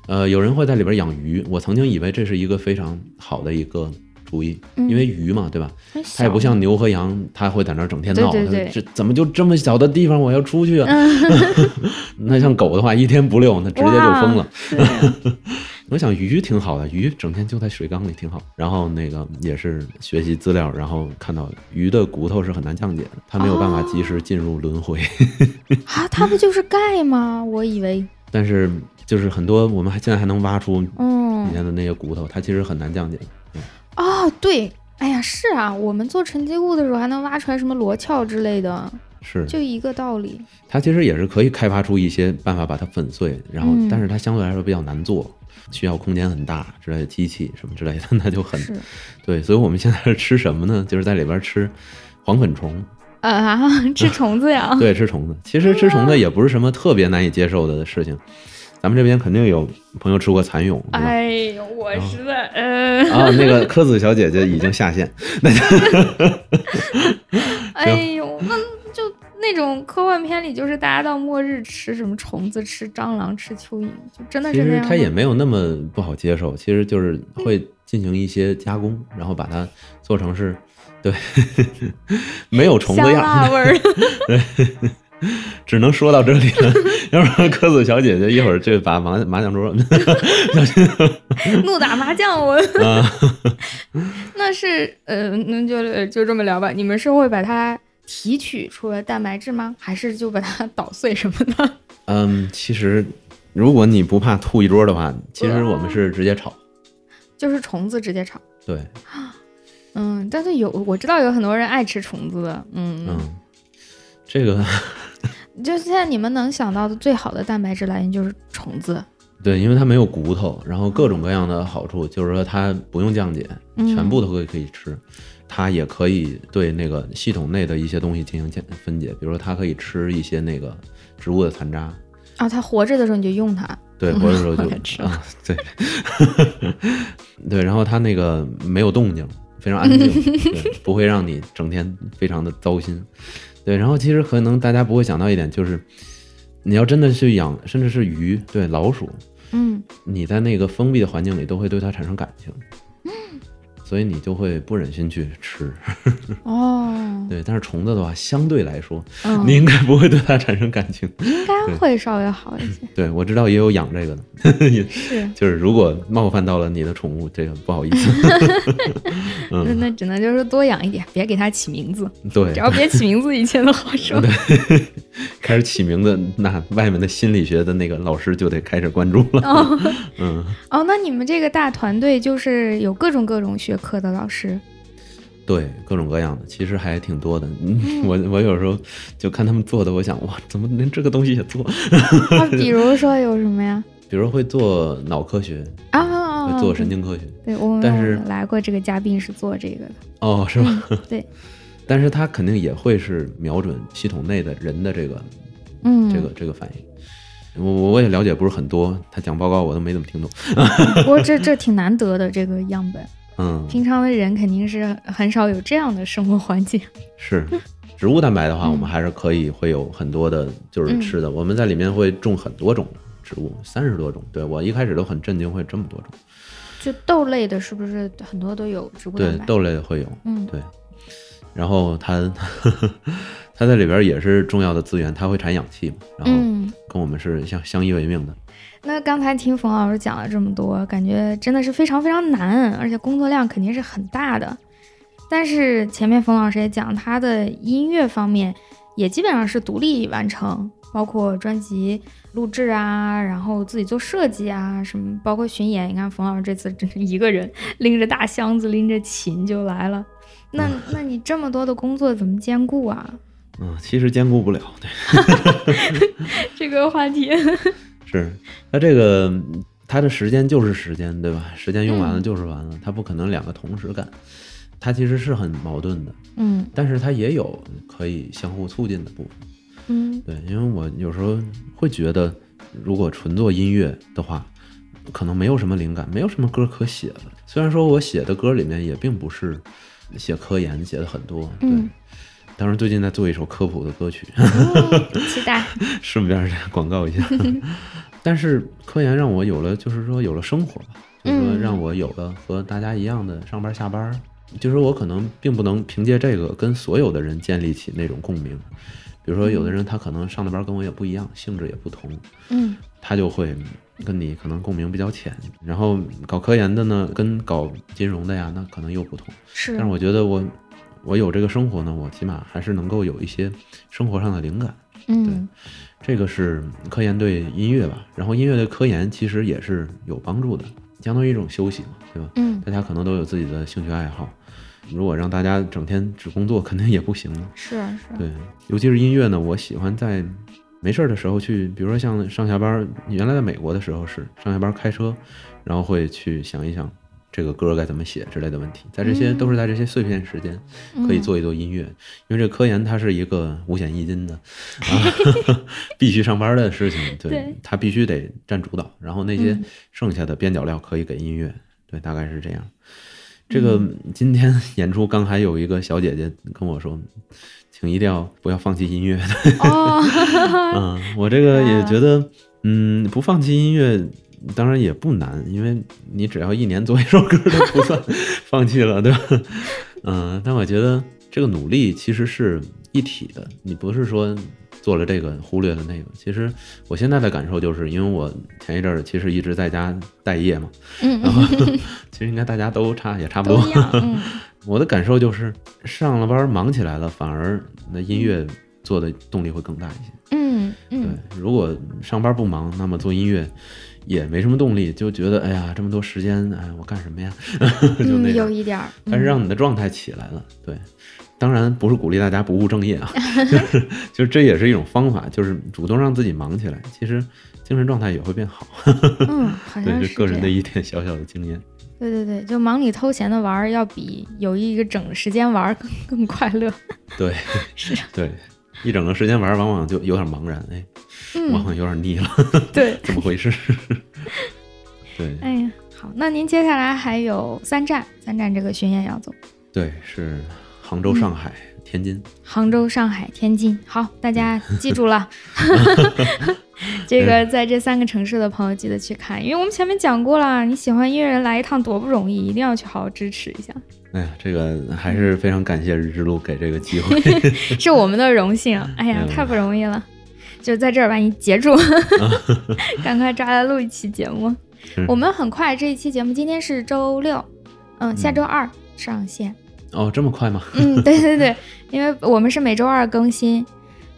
呃，有人会在里边养鱼。我曾经以为这是一个非常好的一个主意，
嗯
因为鱼嘛，对吧？
很
它也不
小
像牛和羊，它会在那儿整天闹，
对对
它
对
说这怎么就这么小的地方我要出去啊？ [laughs] 那像狗的话，一天不遛，它直接就疯了。
对
[laughs] 我想鱼挺好的，鱼整天就在水缸里挺好。然后那个也是学习资料，然后看到鱼的骨头是很难降解的，它没有办法及时进入轮回。 [laughs]
啊，它不就是钙吗？我以为，
但是就是很多我们还现在还能挖出里
嗯，
面的那些骨头，它其实很难降解的。
哦，对，哎呀，是啊，我们做沉积物的时候还能挖出来什么螺壳之类的，
是，
就一个道理。
它其实也是可以开发出一些办法把它粉碎，然后、
嗯
但是它相对来说比较难做，需要空间很大之类的机器什么之类的， [laughs] 那就很
是
对。所以我们现在是吃什么呢？就是在里边吃黄粉虫，？
啊， [laughs] 吃虫子呀
对，吃虫子。其实吃
哦
虫子也不是什么特别难以接受的事情，咱们这边肯定有朋友吃过蚕蛹，对吧？
哎呦，我实在，呃，
啊，那个柯子小姐姐已经下线，
哎呦，那就那种科幻片里，就是大家到末日吃什么虫子、吃蟑螂、吃蚯蚓，就真的
其
是那
实
样吗。
它也没有那么不好接受，其实就是会进行一些加工，然后把它做成是，对， [laughs] 没有虫子
香
样，
辣味儿，
[laughs] 只能说到这里了， [laughs] 要不然柯子小姐姐一会儿就把麻麻将桌
怒打麻将我。
啊，
[laughs] 那是呃，那就呃就这么聊吧。你们是会把它提取出来蛋白质吗？还是就把它捣碎什么的？
[laughs]
[laughs]
嗯，其实如果你不怕吐一桌的话，其实我们是直接炒，
就是虫子直接炒。
对，
嗯，但是有我知道有很多人爱吃虫子的，嗯，
嗯，这个
就现在你们能想到的最好的蛋白质来源就是虫子，
对，因为它没有骨头，然后各种各样的好处，就是说它不用降解，
嗯
全部都可以可以吃。它也可以对那个系统内的一些东西进行分分解，比如说它可以吃一些那个植物的残渣，
啊，它活着的时候你就用它， [laughs]
对，活着时候就
我也吃了
啊， [laughs] 对，对，然后它那个没有动静，非常安静，
[laughs]
对，不会让你整天非常的糟心。对，然后其实可能大家不会想到一点，就是你要真的去养，甚至是鱼，对，老鼠，
嗯，
你在那个封闭的环境里都会对它产生感情，
嗯
所以你就会不忍心去吃。嗯
哦，
对，但是虫子的话，相对来说，
嗯，
你应该不会对它产生感情。
应该会稍微好一些，
对我知道也有养这个
[laughs]
的，也
是，
就是如果冒犯到了你的宠物，这个不好意
[laughs]
思。 [laughs]
那那只能就是多养一点，别给它起名字，
嗯对嗯
只，要别起名字，一切都
[laughs]
好说。
开始起名字，那外面的心理学的那个老师就得开始关注了。
哦，
[laughs] 嗯，
哦，那你们这个大团队就是有各种各种学科的老师，
对，各种各样的，其实还挺多的。嗯，我我有时候就看他们做的，我想哇，怎么连这个东西也做？
啊，比如说有什么呀？
比如会做脑科学，
啊，
[laughs] 会做神经科学。
对，我
但
们
是
有来过这个嘉宾是做这个的，
[laughs] 哦，是吗？
对，
但是它肯定也会是瞄准系统内的人的这个
嗯，
这个这个反应。我我我也了解不是很多，他讲报告我都没怎么听懂。
不过这这挺难得的这个样本，
嗯，
平常的人肯定是很少有这样的生活环境。 [laughs]
是。植物蛋白的话，
嗯
我们还是可以会有很多的，就是
嗯
吃的。我们在里面会种很多种植物，三十多种。对我一开始都很震惊，会有这么多种。
就豆类的，是不是很多都有植物
对
蛋，白？
豆类会有。
嗯
对，然后它 [laughs] 它在里边也是重要的资源，它会产氧气嘛，然后
嗯，
跟我们是相相依为命的。
那刚才听冯老师讲了这么多，感觉真的是非常非常难，而且工作量肯定是很大的。但是前面冯老师也讲，他的音乐方面也基本上是独立完成，包括专辑录制啊，然后自己做设计啊，什么，包括巡演。你看冯老师这次真是一个人拎着大箱子，拎着琴就来了。那那你这么多的工作怎么兼顾啊？
嗯，其实兼顾不了，对，
这个话题，
是它这个它的时间就是时间，对吧？时间用完了
嗯
就是完了，它不可能两个同时干，它其实是很矛盾的。
嗯
但是它也有可以相互促进的部分。
嗯 [laughs]
对，因为我有时候会觉得，如果纯做音乐的话，可能没有什么灵感，没有什么歌可写了。虽然说我写的歌里面也并不是写科研写的很多，对。
嗯
当然，最近在做一首科普的歌曲，
嗯，期待，
顺便儿广告一下。但是科研让我有了，就是说有了生活吧，就是说
嗯
让我有了和大家一样的上班下班儿，就是我可能并不能凭借这个跟所有的人建立起那种共鸣。比如说，有的人他可能上的班跟我也不一样，性质也不同，
嗯
他就会跟你可能共鸣比较浅。然后搞科研的呢，跟搞金融的呀，那可能又不同。
是
但是我觉得我我有这个生活呢，我起码还是能够有一些生活上的灵感。
嗯
这个是科研对音乐吧，然后音乐对科研其实也是有帮助的，相当于一种休息嘛，对吧？
嗯
大家可能都有自己的兴趣爱好，如果让大家整天只工作，肯定也不行了。
是是
对，尤其是音乐呢，我喜欢在没事儿的时候去，比如说像上下班儿，原来在美国的时候是上下班儿开车，然后会去想一想这个歌该怎么写之类的问题，在这些
嗯
都是在这些碎片时间可以做一做音乐，因为这科研它是一个五险一金的，啊、 [laughs] 必须上班的事
[laughs]
情，对，
对
它必须得占主导，然后那些
嗯
剩下的边角料可以给音乐，对，大概是这样。这个
嗯
今天演出刚还有一个小姐姐跟我说，请一定要不要放弃音乐。
嗯哦 [laughs]
嗯，我这个也
啊
觉得，嗯，不放弃音乐当然也不难，因为你只要一年做一首歌都不
[laughs]
算放弃了，对吧？嗯，但我觉得这个努力其实是一体的，你不是说做了这个忽略了那个。其实我现在的感受就是，因为我前一阵儿其实一直在家待业嘛，
嗯嗯
然后其实应该大家都差也差不
都
多
一，样嗯
[laughs] 我的感受就是，上了班忙起来了，反而那音乐做的动力会更大一些。
嗯嗯
对，如果上班不忙，那么做音乐也没什么动力，就觉得哎呀，这么多时间，哎，我干什么呀？ [laughs] 就那
嗯有
样。
一点儿，
但
嗯
是让你的状态起来了，对。当然不是鼓励大家不务正业
[laughs]
啊， [laughs] 就是就是这也是一种方法，就是主动让自己忙起来，其实精神状态也会变好。
嗯好像
[laughs] 对，
是
这个人
这
的
样
一点小小的经验。
对对对，就忙里偷闲的玩儿，要比有一个整时间玩儿 [laughs] 更更快乐。
对，
[laughs] 是
对，一整个时间玩儿，往往就有点茫然，哎，往
嗯，
往有点腻了。
对，
怎么回事？ [laughs] 对
哎呀，好，那您接下来还有三站，三站这个巡演要走，
对，是杭州、
嗯
上海、天津。
杭州、上海、天津。好，大家记住
[laughs]
了。这个在这三个城市的朋友记得去看，因为我们前面讲过了，你喜欢音乐人来一趟多不容易，一定要去好好支持一
[laughs]
下，
哎呀，这个还
嗯
是非常感谢日之路给这个
[laughs]
机会。
是我们的荣
[laughs]
幸。哎呀，
嗯
太不容易了，就在这儿把你截
[laughs]
住，赶快抓来录一期节目。
是
我们很快这一期节目，今天是周六，嗯，下周二上线。
哦，这么快吗？ [laughs]
嗯，对对对，因为我们是每周二更新。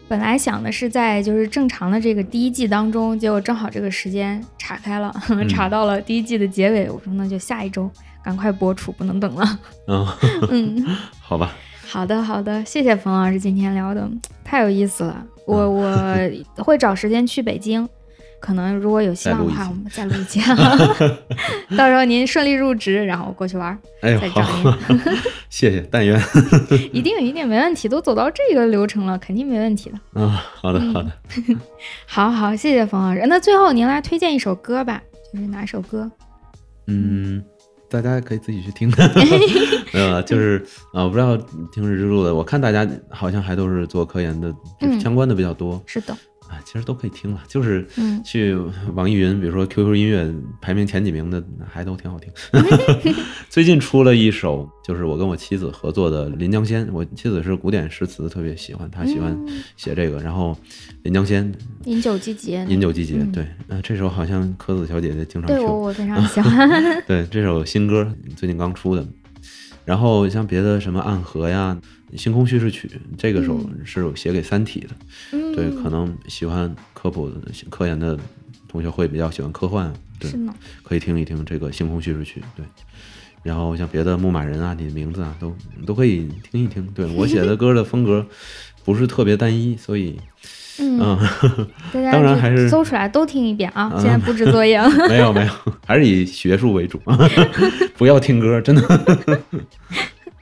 本来想的是在就是正常的这个第一季当中，结果正好这个时间岔开了， [laughs]
嗯
查到了第一季的结尾。我说那就下一周赶快播出，不能等
[laughs]
了。
嗯，
嗯，
好吧，好
好的好的，谢谢冯老师今天聊的太有意思了。我我会找时间去北京，可能如果有希
嗯再
望
录
的
一
话，
期
我们再录一期。
[laughs]
[laughs] 到时候您顺利入职，然后我过去玩儿。
哎呦
再，
好
找，
[laughs] 谢谢，但愿
一定一定没问题，都走到这个流程了，肯定没问题的。
啊，好的，
嗯
好的，
好好，谢谢冯老师。那最后您来推荐一首歌吧，就是哪首歌？
嗯。大家可以自己去
[laughs]
听，没有了，就是啊，我不知道听日之路的，我看大家好像还都是做科研的，就是
嗯
相关的比较多。
是的，
啊，其实都可以听了，就是
嗯
去网易云，比如说 QQ 音乐排名前几名的，还都挺
[laughs]
好听。最近出了一首，就是我跟我妻子合作的《临江仙》，我妻子是古典诗词特别喜欢，她喜欢
嗯
写这个，然后《临江仙》
饮酒季节。
饮酒季节，
嗯
对，呃，这首好像柯子小姐姐经常
对我
听，
我非常喜欢。
[laughs] 对，这首新歌最近刚出的。然后像别的什么《暗河》呀，《星空叙事曲》这个首是有写给《三体》的，
嗯，
对，可能喜欢科普的、科研的同学会比较喜欢科幻，对
是，呢。
可以听一听这个《星空叙事曲》。对，然后像别的牧马人啊、你的名字啊，都都可以听一听。对我写的歌的风格不是特别单一，所以
嗯，
嗯， [laughs]
大家
当然
就
还是
搜出来都听一遍啊！
嗯
现在布置作业了。 [laughs]
没有没有，还是以学术为主， [laughs] 不要听歌，真的。 [laughs]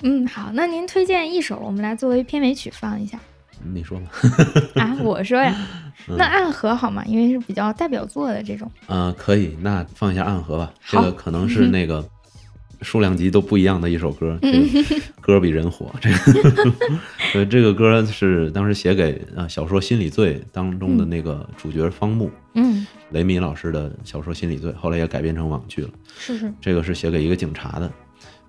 嗯，好，那您推荐一首，我们来作为片尾曲放一下
你说吧。
啊。我说
[laughs]
呀，
嗯
那《暗河》好吗？因为是比较代表作的这种。
啊，可以，那放一下暗河吧。这
好
个可能是那个数量级都不一样的一首歌，这个歌比人火。这个，呃，这个歌是当时写给呃小说《心理罪》当中的那个主角方木，
嗯，
雷米老师的小说《心理罪》，后来也改编成网剧了。
是是，
这个是写给一个警察的，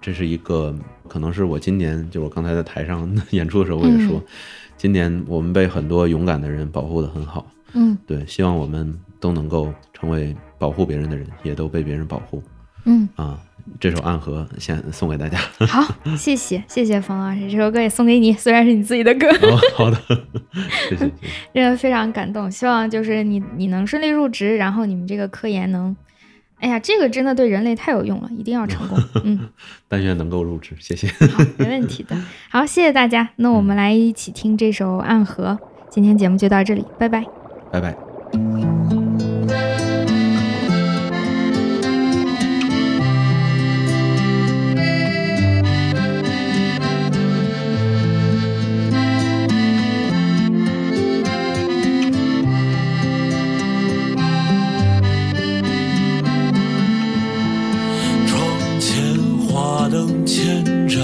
这是一个可能是我今年就我刚才在台上 [laughs] 演出的时候我也说，今年我们被很多勇敢的人保护的很好，
嗯
对，希望我们都能够成为保护别人的人，也都被别人保护
嗯，
啊。这首《暗河》先送给大家。
好，谢谢谢谢冯老师，这首歌也送给你，虽然是你自己的歌，
哦，好的， [laughs] 谢谢。谢谢
真的非常感动。希望就是你你能顺利入职，然后你们这个科研能，哎呀，这个真的对人类太有用了，一定要成功。嗯，
但愿能够入职，谢 [laughs] 谢。
好，没问题的。好，谢谢大家。那我们来一起听这首《暗河》。今天节目就到这里，拜拜。
拜拜。
窗前花灯千盏，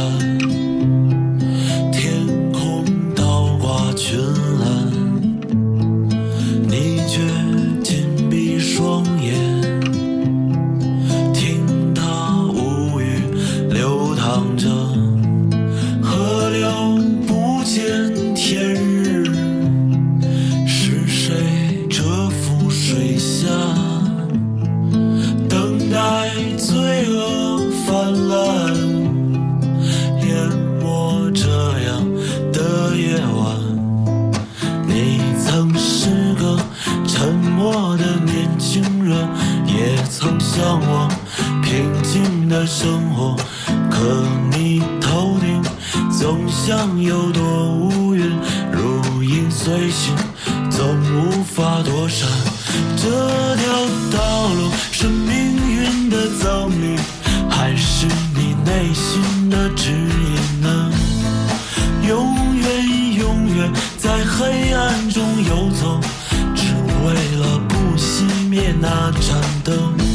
天空倒挂群岚。你却紧闭双眼，听它无语流淌着。河流不见天日，是谁蛰伏水下？等待罪恶泛滥，淹没这样的夜晚。你曾是个沉默的年轻人，也曾向往平静的生活，可你头顶总像有朵乌云，如影随形，总无法躲闪。这条道路是命运的赠予，还是你内心的指引呢？永远永远在黑暗中游走，只为了不熄灭那盏灯。